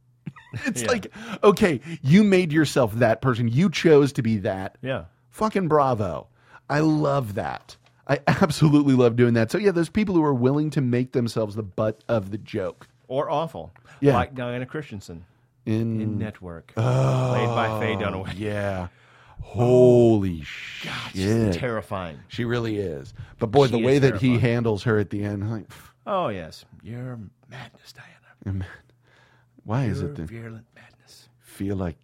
S10: it's
S11: Yeah.
S10: like, okay, you made yourself that person. You chose to be that.
S11: Yeah.
S10: Fucking bravo. I love that. I absolutely love doing that. So yeah, there's people who are willing to make themselves the butt of the joke.
S11: Or awful.
S10: Yeah.
S11: Like Diana Christensen.
S10: In,
S11: In Network.
S10: Oh,
S11: Played by Faye Dunaway.
S10: Yeah. Holy shit.
S11: Oh, she's terrifying.
S10: She really is. But boy, the
S11: She
S10: way
S11: is
S10: that he handles her at the end, like, pff,
S11: Oh, yes. Your madness, Diana.
S10: man, why is
S11: Your
S10: it that
S11: virulent madness.
S10: feel like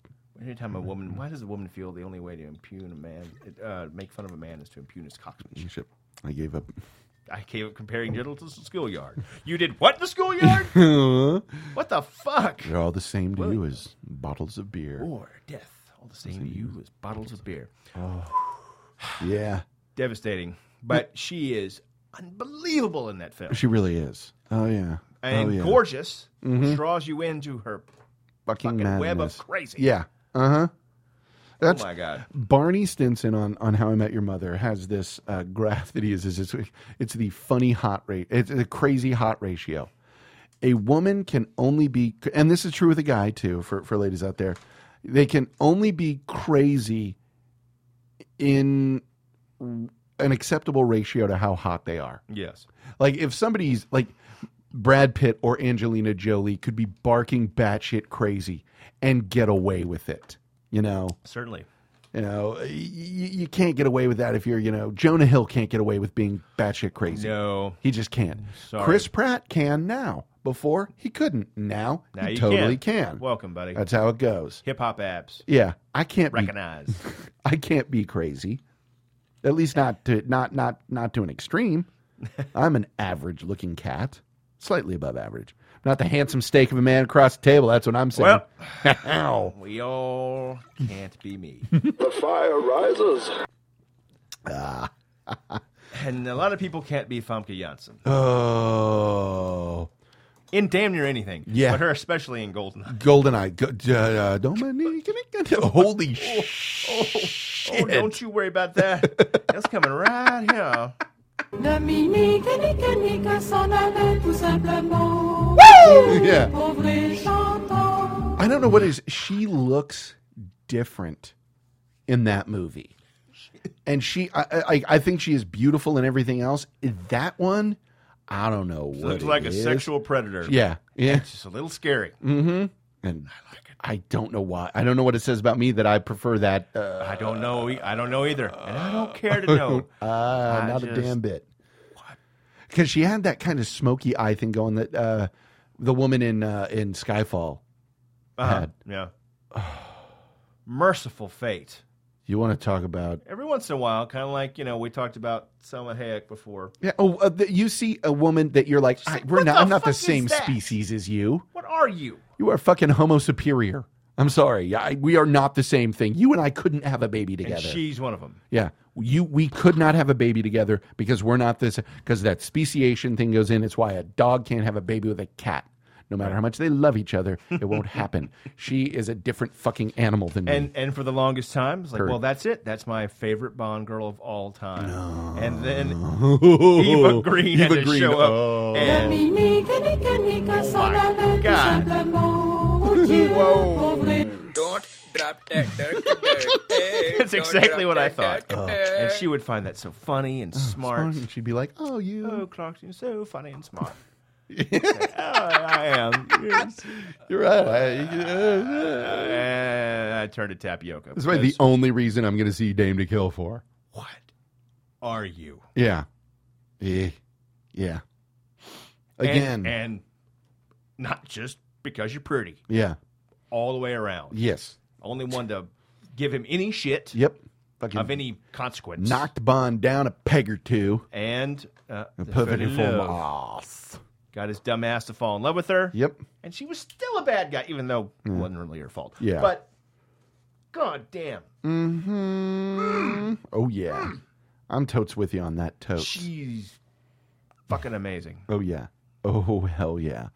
S11: Anytime a woman, why does a woman feel the only way to impugn a man, uh, make fun of a man, is to impugn his cocksmanship?
S10: shit, I gave up?
S11: I gave up comparing genitals to the schoolyard. You did what in the schoolyard?
S10: They're
S11: what the fuck?
S10: all the same to you as bottles of beer.
S11: Or death. All the same to
S10: Mm.
S11: you as bottles of beer.
S10: Yeah.
S11: Devastating. But she is unbelievable in that film.
S10: She really is. Oh yeah.
S11: and
S10: oh, yeah.
S11: gorgeous,
S10: Mhm.
S11: which draws you into her.
S10: fucking,
S11: fucking web of
S10: madness.
S11: crazy.
S10: Yeah. Uh huh. That's
S11: oh my god!
S10: Barney Stinson on on How I Met Your Mother has this uh, graph that he uses. It's it's the funny hot rate. It's the crazy hot ratio. A woman can only be, and this is true with a guy too. For for ladies out there, they can only be crazy in an acceptable ratio to how hot they are.
S11: Yes.
S10: Like if somebody's like Brad Pitt or Angelina Jolie could be barking batshit crazy and get away with it. You know,
S11: Certainly.
S10: you know, y- y- you can't get away with that if you're, you know, Jonah Hill can't get away with being batshit crazy.
S11: No.
S10: he just can't.
S11: Sorry.
S10: Chris Pratt can now. Before he couldn't. Now,
S11: Now
S10: he
S11: you
S10: totally
S11: can.
S10: can.
S11: Welcome, buddy.
S10: That's how it goes.
S11: Hip hop apps.
S10: Yeah, I can't be-
S11: Recognize.
S10: I can't be crazy. At least not to not not not to an extreme. I'm an average looking cat, slightly above average. Not the handsome steak of a man across the table. That's what I'm saying. Ow.
S11: we all can't be me.
S12: The fire rises.
S10: Ah.
S11: and a lot of people can't be Famke Janssen
S10: oh,
S11: in damn near anything.
S10: Yeah.
S11: but her especially in Goldeneye.
S10: Goldeneye. Go, uh, uh, Dominique. Holy shit!
S11: Oh, don't you worry about that. That's coming right here.
S18: Dominique, Nique, Nique s'en allait tout simplement.
S10: Woo! Yeah.
S18: Pauvre et chantant.
S10: I don't know what is. She looks different in that movie, and she. I, I, I think she is beautiful and everything else. That one, I don't know what.
S11: Looks
S10: it
S11: like a
S10: is.
S11: sexual predator.
S10: Yeah, yeah.
S11: It's just a little scary.
S10: Mm-hmm. And I like it. I don't know why. I don't know what it says about me that I prefer that. Uh,
S11: I don't know. e- I don't know either, and I don't care to know.
S10: Uh, not a
S11: just-
S10: damn bit. Because she had that kind of smoky eye thing going that uh, the woman in uh, in Skyfall
S11: Uh-huh.
S10: had.
S11: Yeah. Merciful fate.
S10: You want to talk about
S11: Every once in a while, kind of like you know we talked about Selma Hayek before.
S10: Yeah. Oh, uh, the, you see a woman that you're like, I, we're
S11: "What
S10: not.
S11: the
S10: I'm not the
S11: fuck is
S10: same
S11: that?"
S10: species as you.
S11: What are you?
S10: You are fucking Homo superior. I'm sorry. I, we are not the same thing. You and I couldn't have a baby together.
S11: And she's one of them.
S10: yeah. You. We could not have a baby together because we're not this. Because that speciation thing goes in. It's why a dog can't have a baby with a cat. No matter how much they love each other, it won't happen. She is a different fucking animal than me.
S11: And and for the longest time, it's like,
S10: Mm. Her-
S11: well, that's it. That's my favorite Bond girl of all time. And then Eva Green had
S10: Oh, Eva
S11: to
S10: Green,
S11: show up.
S10: oh.
S11: And
S18: Dominique, Nique, Nique s'en allait tout
S11: God.
S18: simplement. Mon Dieu,
S11: Whoa.
S18: pauvre et
S19: Don't drop that dirt. dirt, eh.
S11: that's
S19: Don't
S11: exactly
S19: drop
S11: what I
S19: that
S11: thought.
S19: dirt, eh.
S11: And she would find that so funny and smart.
S10: And she'd be like, "Oh, you,
S11: oh, Clarkson, you're so funny and smart." Like, oh, I am. Yes.
S10: You're right. I,
S11: And I turned to tapioca.
S10: That's why the
S11: because
S10: only reason I'm going to see Dame to Kill for.
S11: are you
S10: Yeah. Yeah. Yeah.
S11: And-
S10: Again.
S11: and, not just because you're pretty,
S10: yeah.
S11: all the way around.
S10: Yes.
S11: Only one to give him any shit
S10: Yep. Fucking
S11: of any consequence.
S10: knocked Bond down a peg or two.
S11: and uh,
S10: And
S11: the
S10: perfect
S11: fell in
S10: form
S11: love. Got his dumb ass to fall in love with her.
S10: Yep.
S11: And she was still a bad guy, even though it wasn't really her fault.
S10: Yeah.
S11: But god damn.
S10: Mm-hmm. Oh yeah. I'm totes with you on that totes.
S11: She's fucking amazing.
S10: Oh yeah. Oh hell yeah.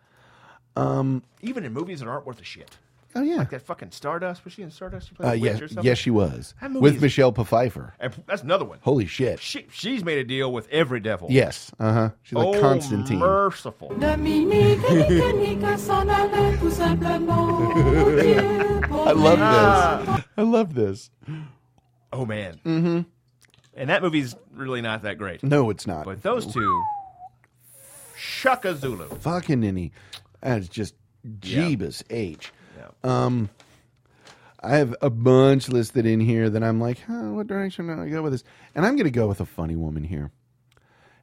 S10: Um.
S11: Even in movies that aren't worth a shit.
S10: Oh yeah.
S11: Like that fucking Stardust. Was she in Stardust? She played
S10: Uh,
S11: the
S10: yes,
S11: witch or something?
S10: yes, she was
S11: That movie
S10: with
S11: is-
S10: Michelle Pfeiffer.
S11: And That's another one.
S10: Holy shit!
S11: She, she's made a deal with every devil.
S10: Yes, uh huh. She's like
S11: oh,
S10: Constantine.
S11: merciful.
S18: Dominique et Nick s'en allaient tout simplement. Pour Dieu, pour
S10: I love
S11: Ah.
S10: this. I love this.
S11: Oh man.
S10: Mm-hmm.
S11: And that movie's really not that great.
S10: No, it's not.
S11: But those two, Shaka Zulu.
S10: Fucking any. That's just Jeebus H. Um, I have a bunch listed in here that I'm like, huh, what direction do I go with this? And I'm going to go with a funny woman here.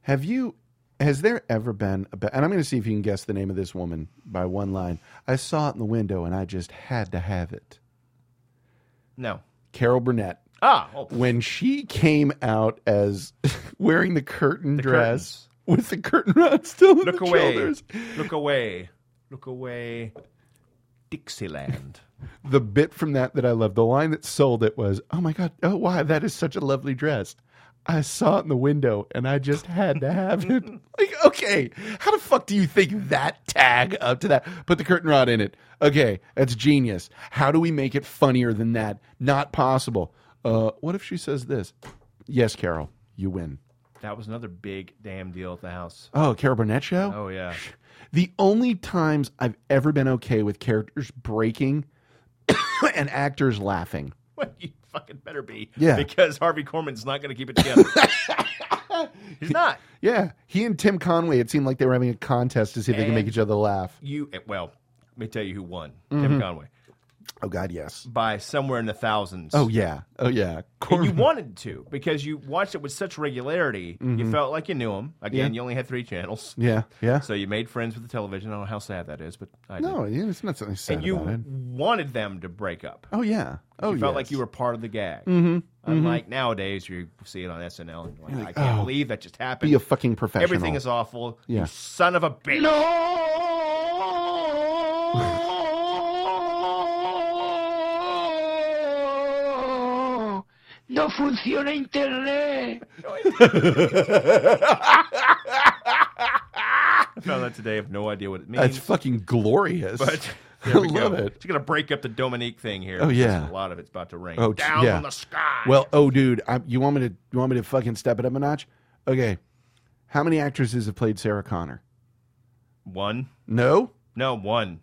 S10: Have you? Has there ever been? A, ba- and I'm going to see if you can guess the name of this woman by one line. I saw it in the window, and I just had to have it.
S11: No.
S10: Carol Burnett.
S11: Ah, oh.
S10: when she came out as wearing the curtain dress with the curtain rod still in
S11: Look
S10: the
S11: away.
S10: shoulders,
S11: Look away. Look away. Dixieland.
S10: the bit from that that I love, the line that sold it was, "Oh my god, oh why that is such a lovely dress." I saw it in the window and I just had to have it. like, okay, how the fuck do you think that tag up to that? Put the curtain rod in it. Okay, that's genius. How do we make it funnier than that? Not possible. Uh, what if she says this? Yes, Carol, you win.
S11: That was another big damn deal at the house.
S10: Oh, Carol Burnett show?
S11: Oh yeah.
S10: The only times I've ever been okay with characters breaking and actors laughing.
S11: Well, you fucking better be.
S10: Yeah.
S11: Because Harvey Korman's not going to keep it together. He's not.
S10: Yeah, he and Tim Conway, it seemed like they were having a contest to see if they could make
S11: And-
S10: each other laugh.
S11: You eh, well, let me tell you who won.
S10: Mhm.
S11: Tim Conway
S10: Oh, God, yes.
S11: by somewhere in the thousands.
S10: Oh, yeah. Oh, yeah.
S11: And you wanted to because you watched it with such regularity. You
S10: Mhm.
S11: felt like you knew him. Again,
S10: Yeah.
S11: you only had three channels.
S10: Yeah, yeah.
S11: So you made friends with the television. I don't know how sad that is, but I did.
S10: No, yeah, it's not something sad
S11: and you
S10: about it.
S11: wanted them to break up.
S10: Oh, yeah. Oh,
S11: you felt
S10: yes.
S11: like you were part of the gag.
S10: Mhm, mhm.
S11: Unlike nowadays, you see it on SNL and you're like,
S10: You're like,
S11: I can't
S10: "Oh,
S11: believe that just happened.
S10: be a fucking professional."
S11: Everything is awful.
S10: Yeah.
S11: You son of a bitch.
S20: No funciona internet.
S11: I found that today. I have no idea what it means.
S10: That's fucking glorious.
S11: But
S10: I
S11: there we
S10: love
S11: go.
S10: it.
S11: It's going to break up the Dominique thing here.
S10: Oh,
S11: because
S10: yeah.
S11: a lot of it's about to rain
S10: Oh, t-
S11: down
S10: yeah.
S11: on the sky.
S10: Well, oh, dude, I, you want me to you want me to fucking step it up a notch? Okay, how many actresses have played Sarah Connor?
S11: One?
S10: No,
S11: No, one.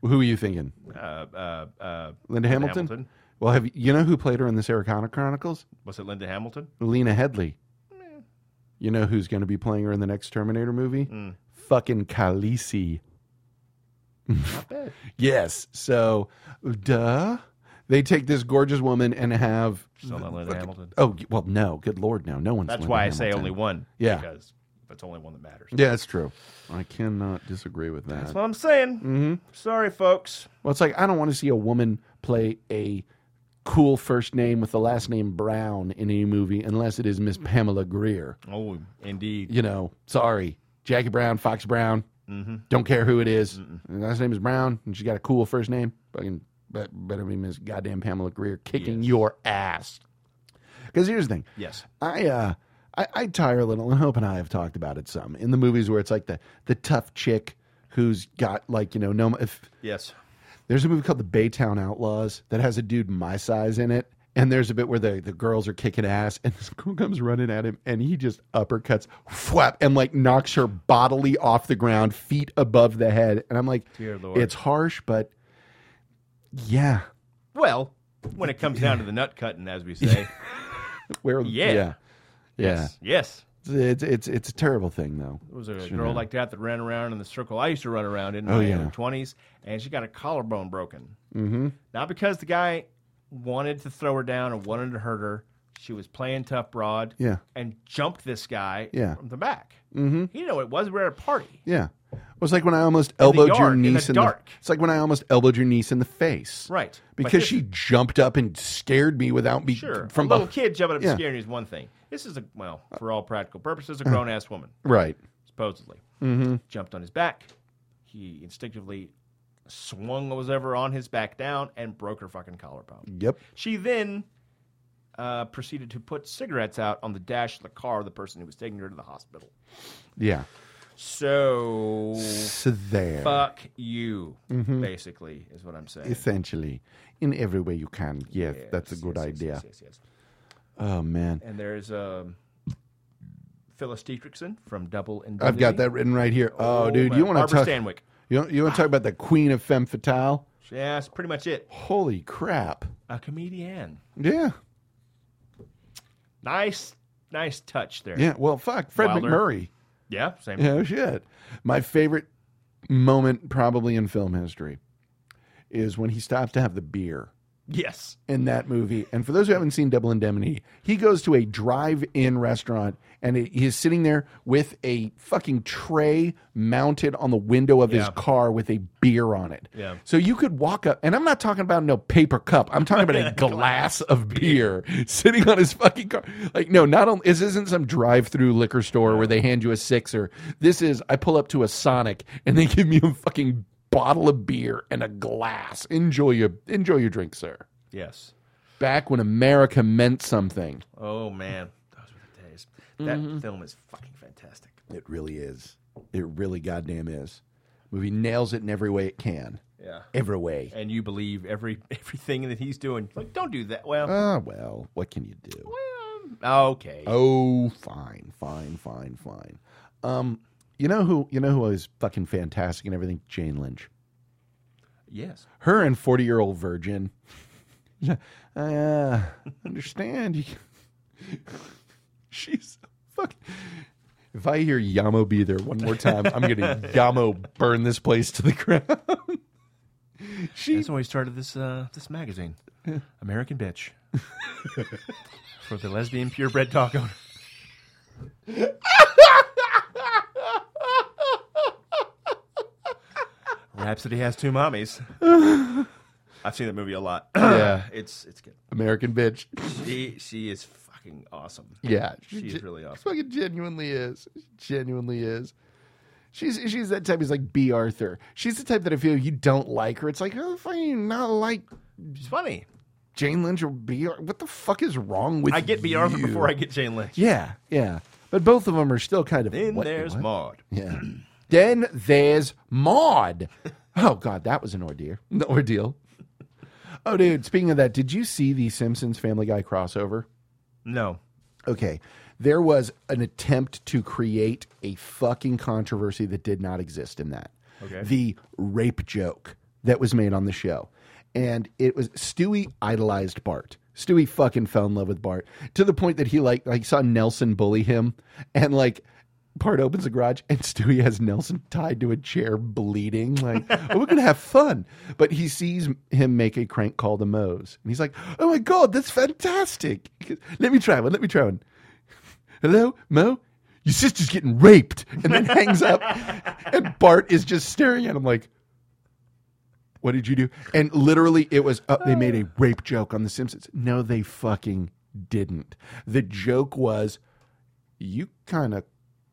S10: who are you thinking?
S11: Uh, uh, uh,
S10: Linda Hamilton. Well, have you- you know who played her in the Sarah Connor Chronicles?
S11: Was it Linda Hamilton?
S10: Lena Headley. You know who's going to be playing her in the next Terminator movie?
S11: Hmm.
S10: Fucking Khaleesi. yes. So, duh. They take this gorgeous woman and have.
S11: Still not Linda Hamilton.
S10: Oh well, no. Good lord, no. No one's.
S11: That's
S10: Linda
S11: why I say
S10: Hamilton.
S11: only one.
S10: Yeah.
S11: Because that's the only one that matters.
S10: Yeah, that's true. I cannot disagree with that.
S11: That's what I'm saying.
S10: Mhm.
S11: Sorry, folks.
S10: Well, it's like I don't want to see a woman play a cool first name with the last name Brown in any movie unless it is Miss Pamela Greer.
S11: Oh, indeed.
S10: You know, sorry, Jackie Brown, Fox Brown.
S11: Mhm.
S10: Don't care who it is. Her Last name is Brown, and she's got a cool first name. Fucking bet- better be Miss Goddamn Pamela Greer kicking your ass. Because here's the thing.
S11: Yes.
S10: I uh I, I tire a little, and Hope and I have talked about it some in the movies where it's like the the tough chick who's got like you know no if
S11: Yes.
S10: there's a movie called The Baytown Outlaws that has a dude my size in it. And there's a bit where the, the girls are kicking ass, and this girl comes running at him, and he just uppercuts, whap, and like knocks her bodily off the ground, feet above the head. And I'm like,
S11: Dear Lord.
S10: it's harsh, but yeah,
S11: Well, when it comes down to the nut cutting, as we say.
S10: where
S11: Yeah.
S10: yeah, yeah.
S11: Yes. Yes.
S10: It's, it's it's a terrible thing though.
S11: There was a
S10: Should
S11: girl
S10: know.
S11: like that that ran around in the circle I used to run around in
S10: Oh,
S11: my
S10: yeah.
S11: early 20s, and she got a collarbone broken.
S10: Mhm.
S11: Not because the guy wanted to throw her down or wanted to hurt her. She was playing tough broad
S10: Yeah.
S11: and jumped this guy
S10: Yeah.
S11: from the back.
S10: Mhm.
S11: He didn't know what it was. We were at a party.
S10: Yeah, it was like when I almost elbowed your
S11: yard, in the
S10: niece in
S11: dark.
S10: It's like when I almost elbowed your niece in the face,
S11: Right. But
S10: Because
S11: this-
S10: she jumped up and scared me without me
S11: Sure.
S10: from
S11: a little
S10: beh-
S11: kid jumping up
S10: Yeah. Uh, uh-huh.
S11: and scaring you is one thing. This is, a well, for all practical purposes, a grown ass woman.
S10: Right.
S11: Supposedly.
S10: Mhm.
S11: Jumped on his back. He instinctively swung what was ever on his back down and broke her fucking collarbone.
S10: Yep.
S11: She then uh, proceeded to put cigarettes out on the dash of the car of the person who was taking her to the hospital.
S10: Yeah.
S11: So,
S10: So there.
S11: fuck you,
S10: Mhm.
S11: basically, is what I'm saying.
S10: Essentially, in every way you can. Yes, that's a
S11: Yes,
S10: good
S11: yes, yes,
S10: idea.
S11: yes, yes, yes.
S10: Oh man,
S11: And there's um, Phyllis Dietrichson from Double Indemnity.
S10: I've got that written right here. Oh, dude,
S11: man.
S10: you want to
S11: Barbara
S10: talk?
S11: Stanwyck.
S10: You you want to talk about the queen of femme fatale?
S11: Yeah, that's pretty much it.
S10: Holy crap!
S11: A comedian.
S10: Yeah,
S11: Nice, nice touch there.
S10: yeah. Well, fuck, Fred
S11: Wilder.
S10: McMurray.
S11: Yeah, same.
S10: Yeah, shit. My favorite moment, probably in film history, is when he stopped to have the beer
S11: Yes.
S10: in that movie. And for those who haven't seen Double Indemnity, he goes to a drive-in restaurant and he- he is sitting there with a fucking tray mounted on the window of his
S11: Yeah.
S10: car with a beer on it.
S11: Yeah.
S10: So you could walk up, and I'm not talking about no paper cup. I'm talking about a glass of beer sitting on his fucking car. Like, no, not only this isn't some drive-through liquor store where they hand you a sixer. This is I pull up to a Sonic and they give me a fucking bottle of beer and a glass. Enjoy your enjoy your drink, sir.
S11: Yes.
S10: Back when America meant something.
S11: Oh man, those were the days. That
S10: Mm-hmm.
S11: film is fucking fantastic.
S10: It really is. It really goddamn is. Movie nails it in every way it can.
S11: Yeah.
S10: Every way.
S11: And you believe every everything that he's doing. Like, don't do that. Well,
S10: Ah, well, what can you do?
S11: okay.
S10: Uh, Oh, fine, fine, fine, fine. Um, you know who? You know who was fucking fantastic and everything? Jane Lynch.
S11: Yes.
S10: Her and forty-year-old virgin. I uh, understand. you- She's fucking. If I hear Yamo be there one more time, I'm gonna Yamo burn this place to the ground.
S11: That's when we started this uh, this magazine, American Bitch, for the lesbian purebred dog owner. Rhapsody has two mommies. I've seen that movie a lot.
S10: Yeah.
S11: it's it's good.
S10: American bitch.
S11: She she is fucking awesome.
S10: Yeah,
S11: she's
S10: ge-
S11: really awesome.
S10: Fucking genuinely is. She Genuinely is. She's she's that type. who's like B. Arthur. She's the type that if you you don't like her, it's like oh, if I do not like.
S11: She's funny.
S10: Jane Lynch or B. Ar- What the fuck is wrong with?
S11: I get B. Arthur
S10: you?
S11: before I get Jane Lynch.
S10: Yeah, yeah. But both of them are still kind of.
S11: Then
S10: what-
S11: there's
S10: what?
S11: Maud.
S10: Yeah. then there's Maud. Oh God, that was an ordeal. An ordeal. Oh, dude. Speaking of that, did you see the Simpsons Family Guy crossover?
S11: No.
S10: Okay. There was an attempt to create a fucking controversy that did not exist in that.
S11: Okay.
S10: The rape joke that was made on the show. And it was Stewie idolized Bart. Stewie fucking fell in love with Bart to the point that he like like saw Nelson bully him and like Bart opens the garage and Stewie has Nelson tied to a chair bleeding. Like, oh, we're gonna have fun. But he sees him make a crank call to Mose, and he's like, "Oh my god, that's fantastic! Let me try one. Let me try one. Hello, Mo, your sister's getting raped." And then hangs up, and Bart is just staring at him like, "What did you do?" And literally, it was oh, they made a rape joke on The Simpsons. No, they fucking didn't. The joke was, "You kind of."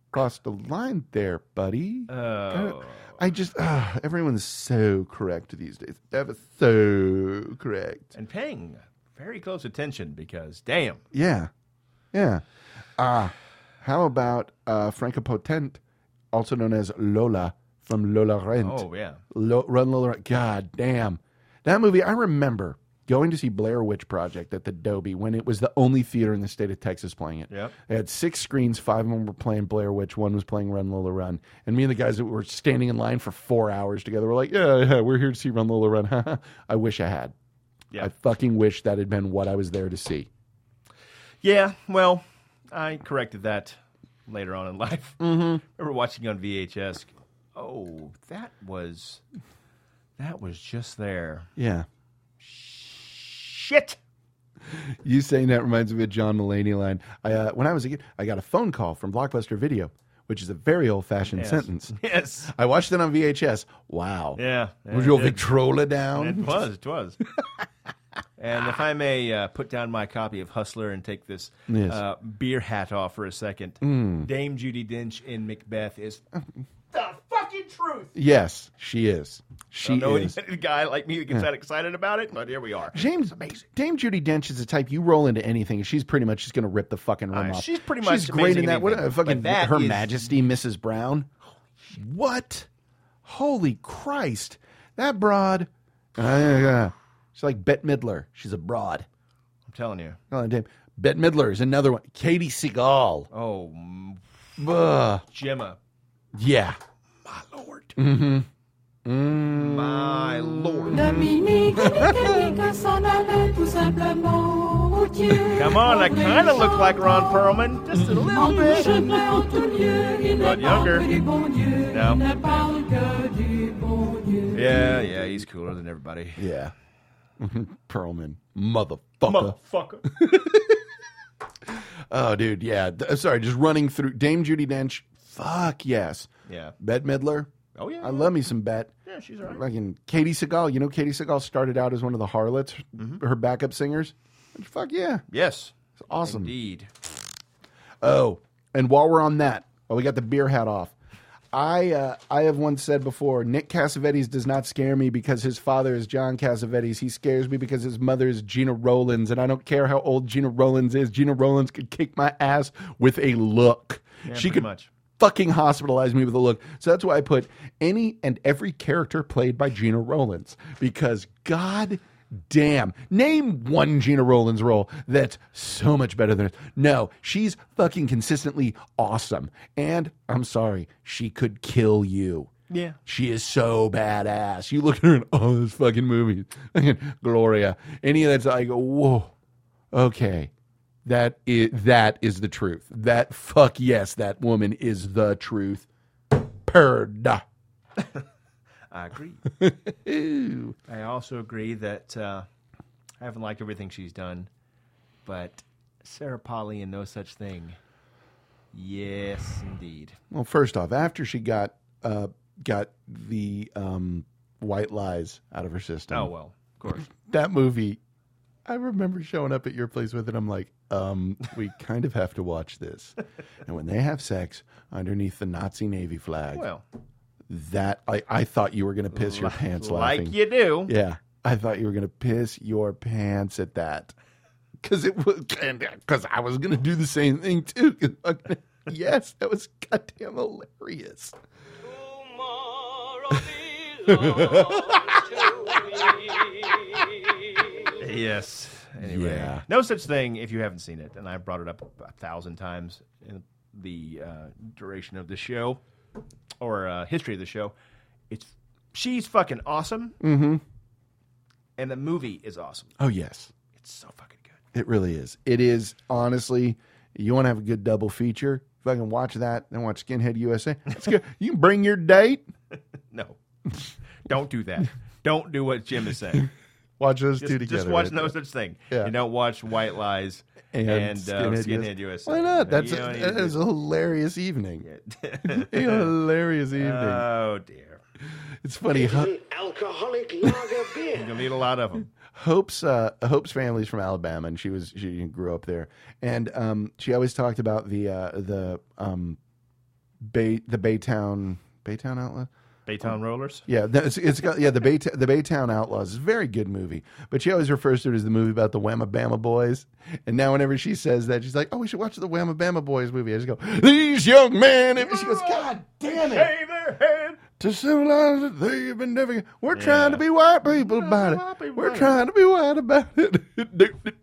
S10: Crossed the line there, buddy.
S11: Oh.
S10: I just ah, everyone's so correct these days. Ever so correct.
S11: And paying very close attention because damn.
S10: Yeah, yeah. Ah, how about uh, Franca Potent, also known as Lola from Lola Rent?
S11: Oh yeah.
S10: Lo- Run Lola. Rent. God damn, that movie. I remember going to see Blair Witch Project at the Dolby when it was the only theater in the state of Texas playing it.
S11: Yep.
S10: They had six screens. Five of them were playing Blair Witch. One was playing Run Lola Run. And me and the guys that were standing in line for four hours together were like, "Yeah, yeah, we're here to see Run Lola Run." I wish I had.
S11: Yeah.
S10: I fucking wish that had been what I was there to see.
S11: Yeah, well, I corrected that later on in life. Mm-hmm. Remember watching on VHS? Oh, that was that was just there.
S10: Yeah.
S11: Shit.
S10: You saying that reminds me of a John Mulaney line. I, uh, when I was a kid, I got a phone call from Blockbuster Video, which is a very old-fashioned
S11: Yes.
S10: sentence.
S11: Yes.
S10: I watched it on VHS. Wow.
S11: Yeah.
S10: Was
S11: it
S10: your
S11: did.
S10: Victrola down?
S11: It was. It was. and if I may uh, put down my copy of Hustler and take this
S10: Yes.
S11: uh, beer hat off for a second,
S10: Mm.
S11: Dame Judy Dench in Macbeth is the fucking truth.
S10: Yes, she is. She
S11: I don't know
S10: is.
S11: any guy like me that gets that excited about it, but here we are.
S10: James, Dame Judy Dench is the type you roll into anything. She's pretty much just going to rip the fucking room
S11: Uh,
S10: off.
S11: she's pretty much
S10: she's great in
S11: amazing in
S10: that. What
S11: anything,
S10: a fucking
S11: but that
S10: Her
S11: is-
S10: Majesty Mrs. Brown. What? Holy Christ! That broad. Ah, yeah, yeah. She's like Bette Midler. She's a broad.
S11: I'm telling you.
S10: Oh, damn. Bette Midler is another one. Katie Seagal.
S11: Oh, mm,
S10: Ugh.
S11: Gemma.
S10: Yeah. My lord. Mm-hmm.
S11: My lord.
S18: Dominique et Mécanique s'en allaient tout simplement au Dieu.
S11: Come on, I kind of look like Ron Perlman, just a little bit. But younger. No. Yeah, yeah, he's cooler than everybody.
S10: Yeah. Perlman. Motherfucker.
S11: Motherfucker.
S10: Oh, dude, yeah. Th- sorry, just running through Dame Judy Dench. Fuck yes.
S11: Yeah.
S10: Bette Midler.
S11: Oh yeah.
S10: I love me some Bette.
S11: Yeah, she's all right.
S10: Fucking Katie Seagal. You know, Katie Seagal started out as one of the harlots,
S11: Mm-hmm.
S10: her backup singers. Fuck yeah.
S11: Yes.
S10: It's awesome.
S11: Indeed.
S10: Oh, and while we're on that, while we got the beer hat off, I uh, I have once said before, Nick Cassavetes does not scare me because his father is John Cassavetes. He scares me because his mother is Gina Rollins, and I don't care how old Gina Rollins is. Gina Rollins could kick my ass with a look.
S11: Yeah,
S10: she
S11: pretty
S10: could
S11: much.
S10: fucking hospitalize me with a look. So that's why I put any and every character played by Gina Rollins because god damn, name one Gina Rollins role that's so much better than it. No, she's fucking consistently awesome. And I'm sorry, she could kill you.
S11: Yeah.
S10: She is so badass. You look at her in all those fucking movies. Gloria. Any of that's like, whoa. Okay. That is that is the truth. That fuck yes, that woman is the truth. Perda.
S11: I agree.
S10: Ooh.
S11: I also agree that uh, I haven't liked everything she's done, but Sarah Polly and No Such Thing. Yes, indeed.
S10: Well, first off, after she got uh got the um white lies out of her system.
S11: Oh well, of course.
S10: That movie I remember showing up at your place with it. I'm like, um, we kind of have to watch this. And when they have sex underneath the Nazi Navy flag,
S11: Well,
S10: that I, I thought you were going to piss your pants
S11: like
S10: laughing.
S11: you do.
S10: Yeah, I thought you were going to piss your pants at that because it was because I was going to do the same thing too. 'Cause fucking- yes, that was goddamn hilarious.
S11: Yes. Anyway,
S10: Yeah.
S11: no such thing if you haven't seen it, and I brought it up a thousand times in the uh, duration of the show or uh, history of the show. It's she's fucking awesome,
S10: Mm-hmm.
S11: and the movie is awesome.
S10: Oh yes,
S11: It's so fucking good.
S10: it really is. It is honestly. You want to have a good double feature? Fucking watch that, then watch Skinhead USA. That's good. you can bring your date.
S11: No, don't do that. don't do what Jim is saying.
S10: Watch those
S11: Just,
S10: two
S11: just
S10: together.
S11: watch
S10: right
S11: no
S10: there.
S11: such thing.
S10: Yeah.
S11: You don't watch White Lies and,
S10: And,
S11: uh,
S10: Skinhead,
S11: Skinhead USA.
S10: USA. Why not?
S11: You
S10: That's
S11: don't
S10: a,
S11: need to
S10: that
S11: do
S10: is a hilarious evening.
S11: that.
S10: a hilarious evening.
S11: Oh dear,
S10: It's funny. Ho-
S20: Alcoholic lager beer.
S11: you'll need a lot of them.
S10: Hope's uh, Hope's family's from Alabama, and she was she grew up there, and um, she always talked about the uh, the um, Bay the Baytown Baytown Outlaw.
S11: Baytown Rollers.
S10: Yeah, that's, it's got yeah the Bay the Baytown Outlaws. It's a very good movie, but she always refers to it as the movie about the Whamma Bama Boys. And now whenever she says that, she's like, "Oh, we should watch the Whamma Bama Boys movie." I just go, "These young men," and she goes, "God damn it!"
S11: Shave their head.
S10: to civilize it. They've been never. We're trying to be white people about it. We're trying to be white about it.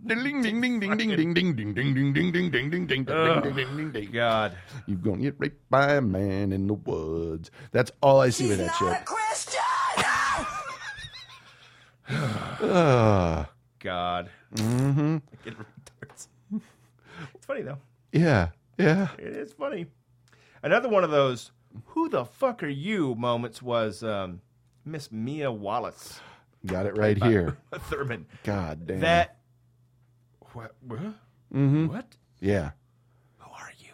S10: Ding ding ding ding ding ding ding ding ding ding ding ding ding ding ding ding ding ding ding.
S11: God,
S10: You're gonna get raped by a man in the woods. That's all I see with that
S6: Not a
S10: shit.
S6: Christian!
S10: Ah,
S11: God.
S10: mhm.
S11: It retards. It's funny though.
S10: Yeah, yeah.
S11: It is funny. Another one of those "Who the fuck are you?" moments was um, Miss Mia Wallace
S10: Got it right here.
S11: Thurman.
S10: God damn.
S11: That what? What?
S10: Mhm.
S11: What?
S10: Yeah,
S11: Who are you?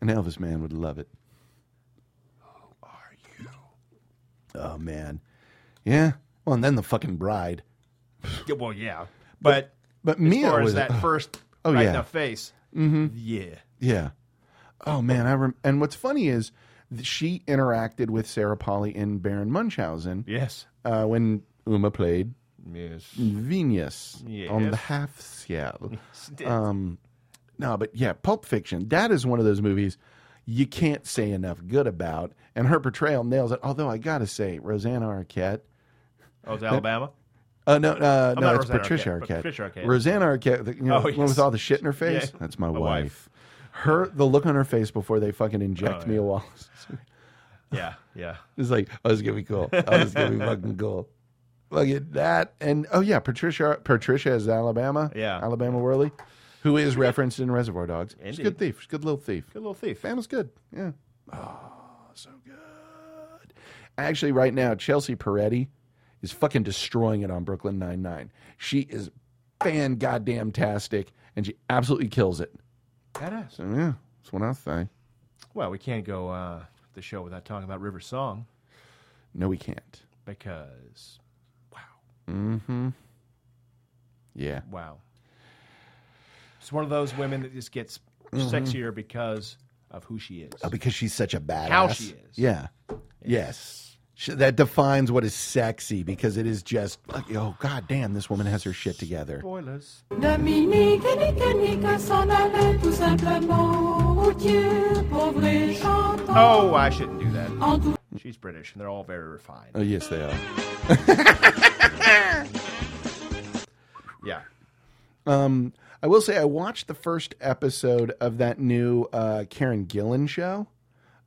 S10: an Elvis man would love it. Who are you? Oh man, yeah. Well, and then the fucking bride.
S11: Yeah, well, yeah, but,
S10: But
S11: as
S10: Mia
S11: far
S10: was
S11: as that first
S10: Oh,
S11: right
S10: yeah.
S11: in the face,
S10: Mm-hmm.
S11: yeah,
S10: Yeah. Oh man, I rem- and what's funny is th- she interacted with Sarah Polly in Baron Munchausen.
S11: Yes.
S10: Uh, when Uma played
S11: Yes.
S10: Venus on
S11: Yes.
S10: the half scale.
S11: Yes, it is.
S10: Um, no, but yeah, Pulp Fiction. That is one of those movies you can't say enough good about, and her portrayal nails it. Although I gotta say, Rosanna Arquette.
S11: Oh, it's Alabama.
S10: Uh, no, uh,
S11: Oh,
S10: no,
S11: not
S10: it's
S11: Rosanna
S10: Patricia
S11: Arquette,
S10: Arquette.
S11: but Patricia Arquette.
S10: Rosanna Arquette, the, you know,
S11: Oh,
S10: the one
S11: yes.
S10: with all the shit in her face.
S11: Yeah.
S10: That's my
S11: My
S10: wife.
S11: wife.
S10: Her, the look on her face before they fucking inject
S11: Oh,
S10: me a wall.
S11: Yeah, yeah.
S10: It's like, oh, it's gonna be cool. Oh, it's gonna be fucking cool. Look at that, and oh yeah, Patricia. Patricia is Alabama.
S11: Yeah.
S10: Alabama Whirly, who is referenced in Reservoir Dogs. She's a good
S11: Indeed.
S10: thief. She's a good little thief.
S11: Good little thief.
S10: Bama's good. Yeah. Oh, so good. Actually, right now, Chelsea Peretti is fucking destroying it on Brooklyn Nine Nine. She is fan goddamn tastic, and she absolutely kills it.
S11: Badass.
S10: So Oh, yeah, that's what I say.
S11: Well, we can't go uh, the show without talking about River Song
S10: No, we can't.
S11: because
S10: Mm-hmm. Yeah.
S11: wow, it's one of those women that just gets
S10: Mhm.
S11: sexier because of who she is.
S10: Oh, because she's such a badass.
S11: How she is.
S10: Yeah. Yes. She, that defines what is sexy because it is just like, oh god damn, this woman has her shit together.
S11: Spoilers.
S18: Dominique et Nicanica s'en allaient tout simplement au Dieu, pauvre et chantant.
S11: Oh, I shouldn't do that.
S18: En tout-
S11: She's British, and they're all very refined.
S10: Oh yes, they are.
S11: Yeah.
S10: Um, I will say I watched the first episode of that new uh, Karen Gillan show,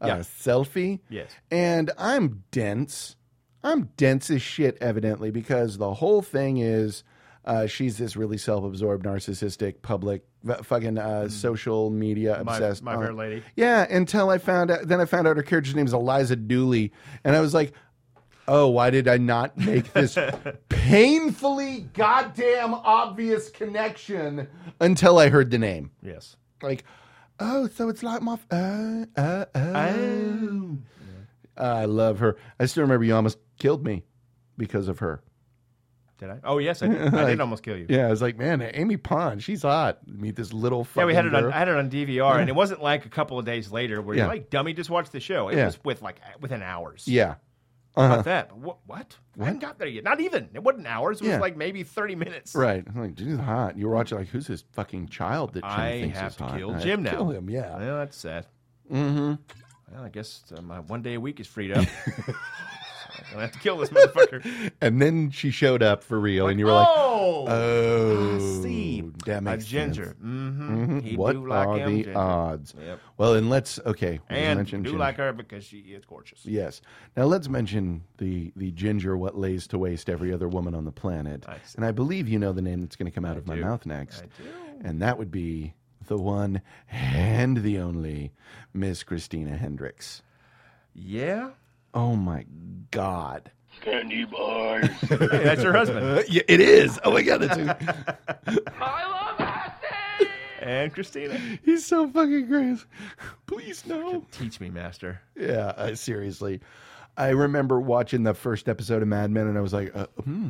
S10: uh,
S11: Yeah.
S10: Selfie.
S11: Yes.
S10: And I'm dense. I'm dense as shit, evidently, because the whole thing is uh, she's this really self absorbed, narcissistic, public, v- fucking uh, social media
S11: Mm. My-
S10: obsessed.
S11: My
S10: uh,
S11: Fair Lady.
S10: Yeah, until I found out. Then I found out her character's name is Eliza Dooley, and I was like, "Oh, why did I not make this painfully goddamn obvious connection?" Until I heard the name,
S11: Yes.
S10: like, "Oh, so it's like my uh, uh, oh." I love her. I still remember you almost killed me because of her.
S11: Did I? Oh, yes, I did. I
S10: Like,
S11: did almost kill you.
S10: Yeah, I was like, man, Amy Pond, she's hot. Meet this little fucking
S11: Yeah, we had it on.
S10: girl.
S11: I had it on DVR, and it wasn't like a couple of days later where
S10: Yeah.
S11: you're like, "Dummy, just watch the show." It
S10: Yeah.
S11: was with like within hours.
S10: Yeah.
S11: How
S10: Uh-huh.
S11: About that, but what, what? I
S10: What?
S11: hadn't got there yet. Not even. It wasn't hours. It was
S10: Yeah.
S11: like maybe thirty minutes.
S10: Right. I'm like, dude's hot. You were watching, like, who's this fucking child that Jim
S11: I
S10: thinks
S11: have
S10: is
S11: to
S10: hot?
S11: kill
S10: I
S11: Jim now.
S10: Kill him, yeah.
S11: Well, that's sad.
S10: Mm-hmm.
S11: Well, I guess uh, my one day a week is freed up. I'm gonna have to kill this motherfucker.
S10: And then she showed up for real, and you were
S11: oh,
S10: like, oh,
S11: I see.
S10: that
S11: a
S10: makes
S11: ginger.
S10: sense.
S11: Mm-hmm.
S10: Mhm.
S11: He
S10: What
S11: do like
S10: are
S11: him,
S10: the
S11: ginger.
S10: odds?
S11: Yep.
S10: Well, and let's okay. we just
S11: And do
S10: mentioned ginger.
S11: like her because she is gorgeous.
S10: Yes. Now let's mention the the ginger what lays to waste every other woman on the planet.
S11: I see.
S10: and I believe you know the name that's going to come out of my
S11: do.
S10: mouth next.
S11: I do.
S10: And that would be the one and the only Miss Christina Hendricks.
S11: Yeah.
S10: Oh my god.
S12: Candy bars.
S11: Hey, that's your husband.
S10: yeah, it is. Oh my god, that's
S11: and Christina.
S10: he's so fucking great. Please no.
S11: Teach me, master.
S10: Yeah, uh, seriously. I remember watching the first episode of Mad Men and I was like, uh, hmm,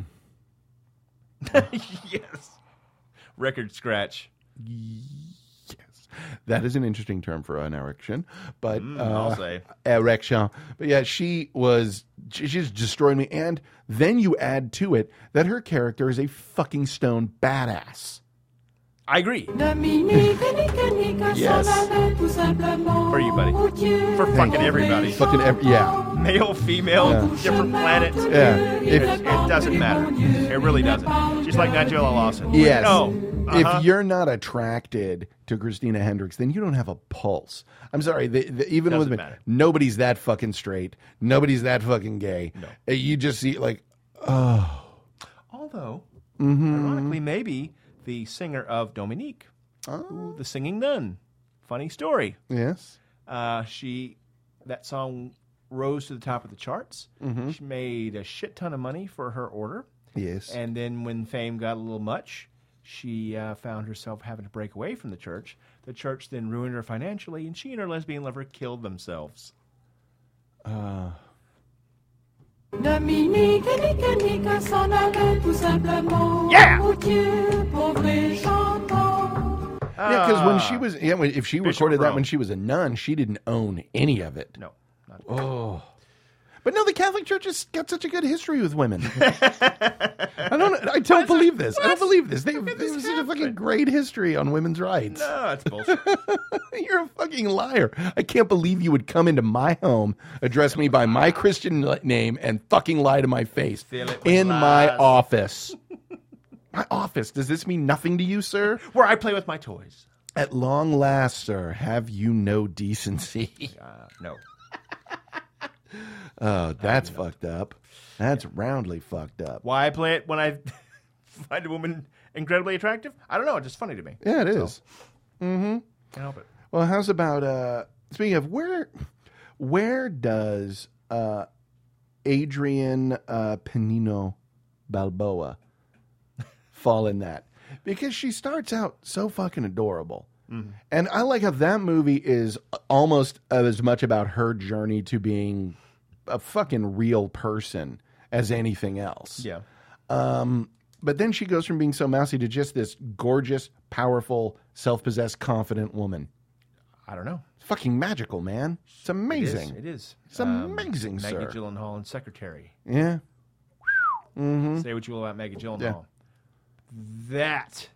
S11: yes. Record scratch.
S10: That is an interesting term for an erection, but
S11: Mm,
S10: uh,
S11: I'll say.
S10: erection. But yeah, she was she she just destroyed me. And then you add to it that her character is a fucking stone badass.
S11: I agree.
S18: Dominique et Nicanica
S10: Yes.
S18: s'en allaient tout simplement
S11: For you, buddy.
S18: au Dieu,
S11: For
S18: pauvre
S11: fucking
S18: et
S11: everybody.
S10: Fucking ev- yeah,
S11: Male, female,
S10: Yeah.
S11: different planets.
S10: Yeah.
S11: It,
S10: If-
S11: it doesn't matter. It really doesn't. She's like Nigella Lawson.
S10: yes.
S11: No. Uh-huh.
S10: If you're not attracted to Christina Hendricks, then you don't have a pulse. I'm sorry. The, the, even with
S11: Doesn't
S10: me,
S11: matter.
S10: nobody's that fucking straight. Nobody's that fucking gay. Uh, You just see like, oh,
S11: Although,
S10: Mhm.
S11: ironically, maybe the singer of Dominique,
S10: Oh.
S11: who- the singing nun. Funny story.
S10: yes.
S11: Uh, she that song rose to the top of the charts.
S10: Mhm.
S11: She made a shit ton of money for her order.
S10: Yes.
S11: And then when fame got a little much, she uh, found herself having to break away from the church. The church then ruined her financially, and she and her lesbian lover killed themselves.
S10: Uh,
S18: Dominique et Nicanica s'en allaient tout simplement au Dieu, pauvre et chantant.
S10: Yeah, because when she
S11: Ah.
S10: was, yeah, when- if she
S11: Bishop
S10: recorded
S11: of
S10: that
S11: Rome.
S10: when she was a nun, she didn't own any of it.
S11: No, Not
S10: Oh. But no, the Catholic Church has got such a good history with women. I don't. I don't believe this. I don't believe this. They, they have such a fucking great history on women's rights.
S11: No, Ah, it's bullshit.
S10: You're a fucking liar. I can't believe you would come into my home, address me by my Christian li- name, and fucking lie to my face
S11: Fill it with
S10: in my
S11: lies.
S10: office. my office. Does this mean nothing to you, sir?
S11: Where I play with my toys.
S10: At long last, sir, have you no decency?
S11: Uh, no.
S10: Oh, that's fucked up. That's roundly fucked up.
S11: Why I play it when I find a woman incredibly attractive? I don't know. It's just funny to me.
S10: Yeah, it is. Mm-hmm.
S11: Can't help it.
S10: Well, how's about uh speaking of where where does uh Adrian uh Panino Balboa fall in that? Because she starts out so fucking adorable.
S11: Mhm.
S10: And I like how that movie is almost as much about her journey to being a fucking real person as anything else.
S11: Yeah.
S10: Um, but then she goes from being so mousy to just this gorgeous, powerful, self possessed, confident woman.
S11: I don't know.
S10: It's fucking magical, man. It's amazing.
S11: It is. It is. Um,
S10: It's amazing,
S11: Maggie
S10: sir.
S11: Maggie Gyllenhaal and Secretary.
S10: Yeah. Mm-hmm.
S11: Say what you will about Maggie Gyllenhaal.
S10: Yeah.
S11: That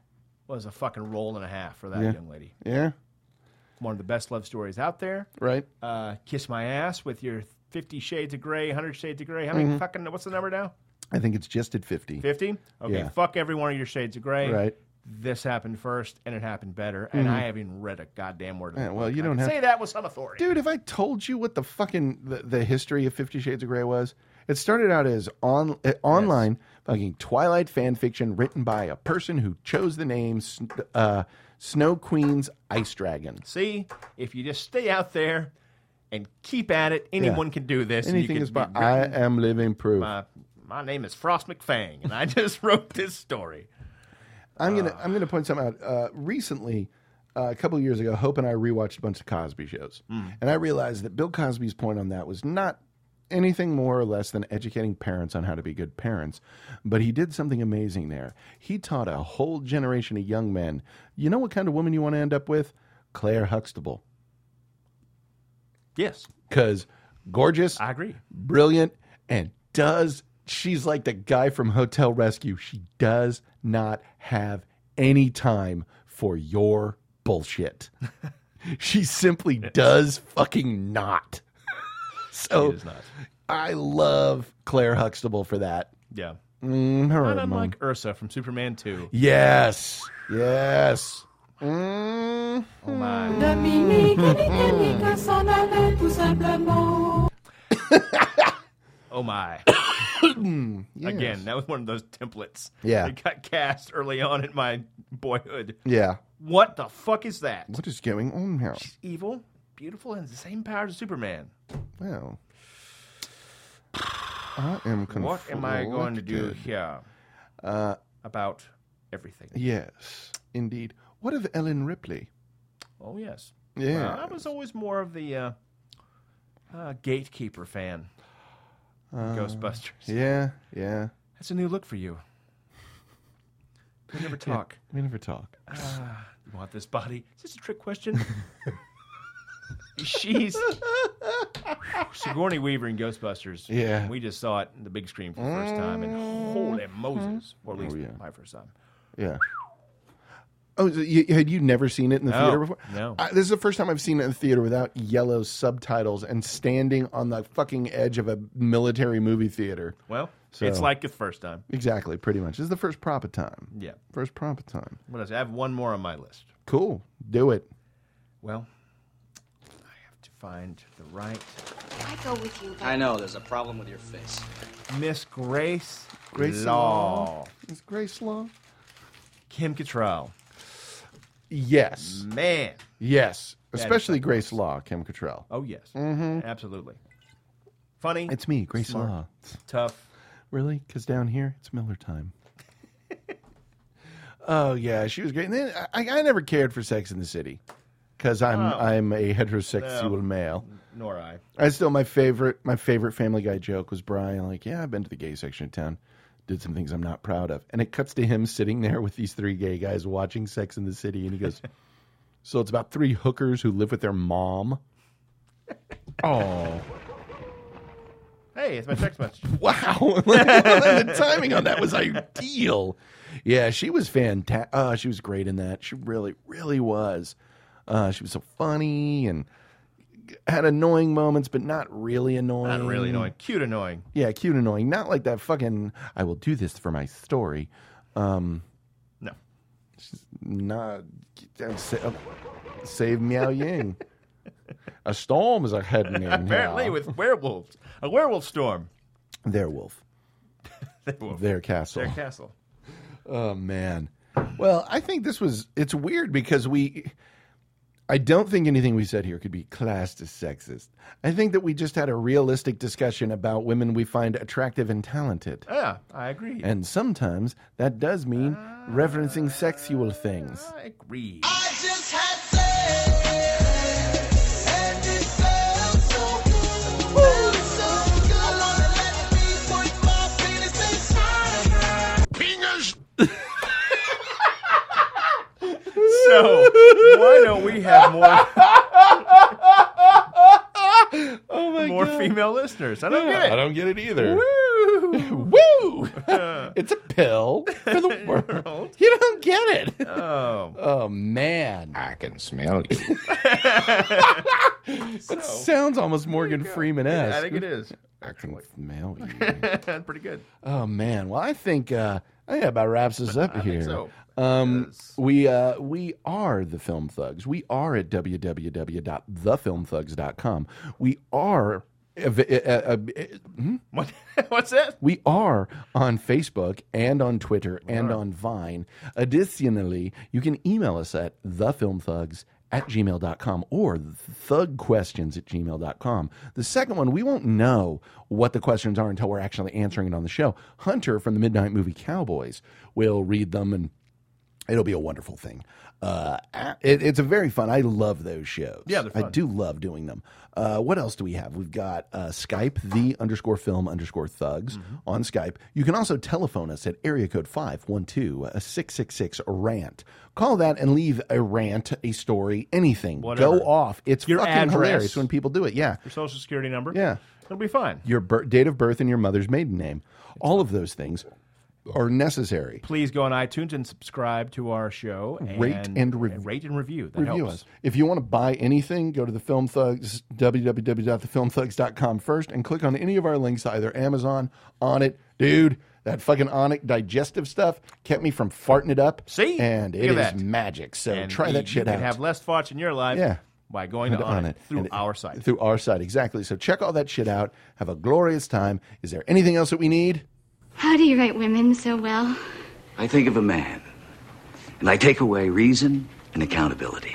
S11: was a fucking roll and a half for that
S10: Yeah.
S11: young lady.
S10: Yeah.
S11: One of the best love stories out there.
S10: Right.
S11: Uh, Kiss My Ass with your Fifty Shades of Grey, Hundred Shades of Grey. How many
S10: Mhm.
S11: fucking? What's the number now?
S10: I think it's just at 50.
S11: Fifty. Okay.
S10: Yeah.
S11: Fuck every one of your Shades of Grey.
S10: Right.
S11: This happened first, and it happened better. And
S10: Mhm.
S11: I haven't read a goddamn word of
S10: Yeah,
S11: it.
S10: well, you don't have
S11: Say that with some authority.
S10: Dude, if I told you what the fucking the, the history of 50 Shades of Grey was, it started out as on uh, online fucking Twilight fan fiction written by a person who chose the name Sn- uh, Snow Queen's Ice Dragon.
S11: See, if you just stay out there and keep at it, anyone
S10: Yeah.
S11: can do this. and you
S10: Anything
S11: can
S10: is by
S11: be
S10: I
S11: written-
S10: am living proof.
S11: My, my name is Frost McFang, and I just wrote this story.
S10: I'm gonna I'm gonna point something out. Uh, recently, uh, a couple of years ago, Hope and I rewatched a bunch of Cosby shows, and I realized that Bill Cosby's point on that was not anything more or less than educating parents on how to be good parents, but he did something amazing there. He taught a whole generation of young men. You know what kind of woman you want to end up with? Claire Huxtable,
S11: Yes,
S10: because gorgeous,
S11: I agree.
S10: brilliant, and does. She's like the guy from Hotel Rescue. She does not have any time for your bullshit. she simply does fucking not. so
S11: She does not.
S10: I love Claire Huxtable for that.
S11: Yeah.
S10: Mm, her
S11: Not
S10: mom.
S11: unlike Ursa from Superman 2.
S10: Yes. Yes. Mm.
S11: Oh my.
S18: Dominique et Angélique s'en allaient tout simplement.
S11: Oh my. Again, that was one of those templates.
S10: Yeah.
S11: That got cast early on in my boyhood.
S10: Yeah.
S11: What the fuck is that?
S10: What is going on here?
S11: She's evil, beautiful, and has the same powers as Superman.
S10: Well, I am conflicted.
S11: What am I going to do here
S10: Uh,
S11: about everything?
S10: Yes, indeed. What of Ellen Ripley?
S11: Oh yes.
S10: Yeah.
S11: Well, I was always more of the uh, uh, gatekeeper fan. of
S10: Uh,
S11: Ghostbusters.
S10: Yeah, yeah.
S11: That's a new look for you. We never talk.
S10: We never talk.
S11: Ah, you want this body? Is this a trick question? She's Sigourney Weaver in Ghostbusters.
S10: Yeah.
S11: And we just saw it in the big screen for the first time, and holy Moses, or at
S10: Oh,
S11: least
S10: yeah.
S11: my first time.
S10: Yeah. Oh, so you, had you never seen it in the
S11: No,
S10: theater before?
S11: no.
S10: I, this is the first time I've seen it in the theater without yellow subtitles and standing on the fucking edge of a military movie theater.
S11: Well,
S10: So-
S11: it's like the first time.
S10: Exactly, pretty much. This is the first proper time.
S11: Yeah.
S10: First proper time.
S11: What else? I have one more on my list.
S10: Cool. Do it.
S11: Well, I have to find the right
S5: I go with you.
S21: I know, there's a problem with your face.
S11: Miss Grace,
S10: Grace
S11: Law.
S10: Is Grace Law?
S11: Kim Cattrall.
S10: Yes.
S11: Man.
S10: Yes.
S11: That is
S10: Especially
S11: like-
S10: Grace Law, Kim Cattrall.
S11: Oh, yes.
S10: Mhm.
S11: Absolutely. Funny.
S10: It's me, Grace
S11: smart,
S10: Law.
S11: Tough.
S10: Really? Because down here, it's Miller time. oh yeah, she was great. And then I, I never cared for Sex in the City because I'm
S11: Oh.
S10: I'm a heterosexual
S11: No.
S10: male.
S11: Nor I.
S10: I still my favorite my favorite Family Guy joke was Brian like, yeah, I've been to the gay section of town, did some things I'm not proud of, and it cuts to him sitting there with these three gay guys watching Sex in the City, and he goes, so it's about three hookers who live with their mom. Oh.
S11: Hey, it's my text message.
S10: wow, the timing on that was ideal. Yeah, she was fantastic. Uh, she was great in that. She really, really was. Uh, she was so funny and had annoying moments, but not really annoying.
S11: Not really annoying. Cute annoying.
S10: Yeah, cute annoying. Not like that fucking. I will do this for my story. Um,
S11: no,
S10: she's not. Save, save Miao Ying. a storm is ahead of me.
S11: Apparently,
S10: now.
S11: with werewolves, a werewolf storm.
S10: Their wolf.
S11: Their, wolf.
S10: Their castle.
S11: Their castle.
S10: Oh man. Well, I think this was. It's weird because we. I don't think anything we said here could be classed as sexist. I think that we just had a realistic discussion about women we find attractive and talented.
S11: Yeah, I agree.
S10: And sometimes that does mean uh, referencing sexual things.
S11: I agree.
S1: I just had sex, and it felt so good, felt so good. I wanna let me put my penis inside. Penis!
S11: So why don't we have more?
S10: oh
S11: more
S10: God.
S11: female listeners. I don't
S10: Yeah,
S11: get it.
S10: I don't get it either.
S11: Woo!
S10: Woo! it's a pill for the world. You don't get it.
S11: Oh.
S10: Oh man,
S22: I can smell you.
S10: that sounds almost Morgan Freeman esque.
S11: I think it is.
S10: I can smell you.
S11: That's pretty good.
S10: Oh man. Well, I think uh, I think that about wraps us up here.
S11: so.
S10: Um, we uh, we are the Film Thugs. We are at www.thefilmthugs.com. We are. av- uh, uh, uh, hmm?
S11: What? What's that?
S10: We are on Facebook and on Twitter and on Vine. Additionally, you can email us at thefilmthugs at gmail.com or thugquestions at gmail.com. The second one, we won't know what the questions are until we're actually answering it on the show. Hunter from the Midnight Movie Cowboys will read them and It'll be a wonderful thing. Uh, it, it's a very fun. I love those shows.
S11: Yeah, they're
S10: I
S11: fun.
S10: do love doing them. Uh, what else do we have? We've got uh, Skype, the underscore film underscore thugs
S11: Mm-hmm.
S10: on Skype. You can also telephone us at area code 512 666 rant. Call that and leave a rant, a story, anything.
S11: Whatever.
S10: Go off. It's
S11: Your
S10: fucking
S11: address.
S10: hilarious when people do it. Yeah.
S11: Your social security number.
S10: Yeah.
S11: It'll be fine.
S10: Your bir- date of birth and your mother's maiden name. All of those things are necessary.
S11: Please go on iTunes and subscribe to our show. And
S10: Rate and review.
S11: Rate and review. That
S10: review
S11: helps.
S10: us. If you want to buy anything, go to the Film Thugs www.thefilmthugs.com first and click on any of our links, either Amazon, on it, dude. That fucking Onic digestive stuff kept me from farting it up.
S11: See?
S10: and
S11: Look
S10: it is
S11: at that.
S10: magic. So
S11: And
S10: try
S11: you-
S10: that shit
S11: you
S10: out.
S11: Can have less thoughts in your life.
S10: Yeah.
S11: By going to
S10: And
S11: on, it through
S10: And it-
S11: our site.
S10: Through our site, exactly. So check all that shit out. Have a glorious time. Is there anything else that we need?
S23: How do you write women so well?
S24: I think of a man, and I take away reason and accountability.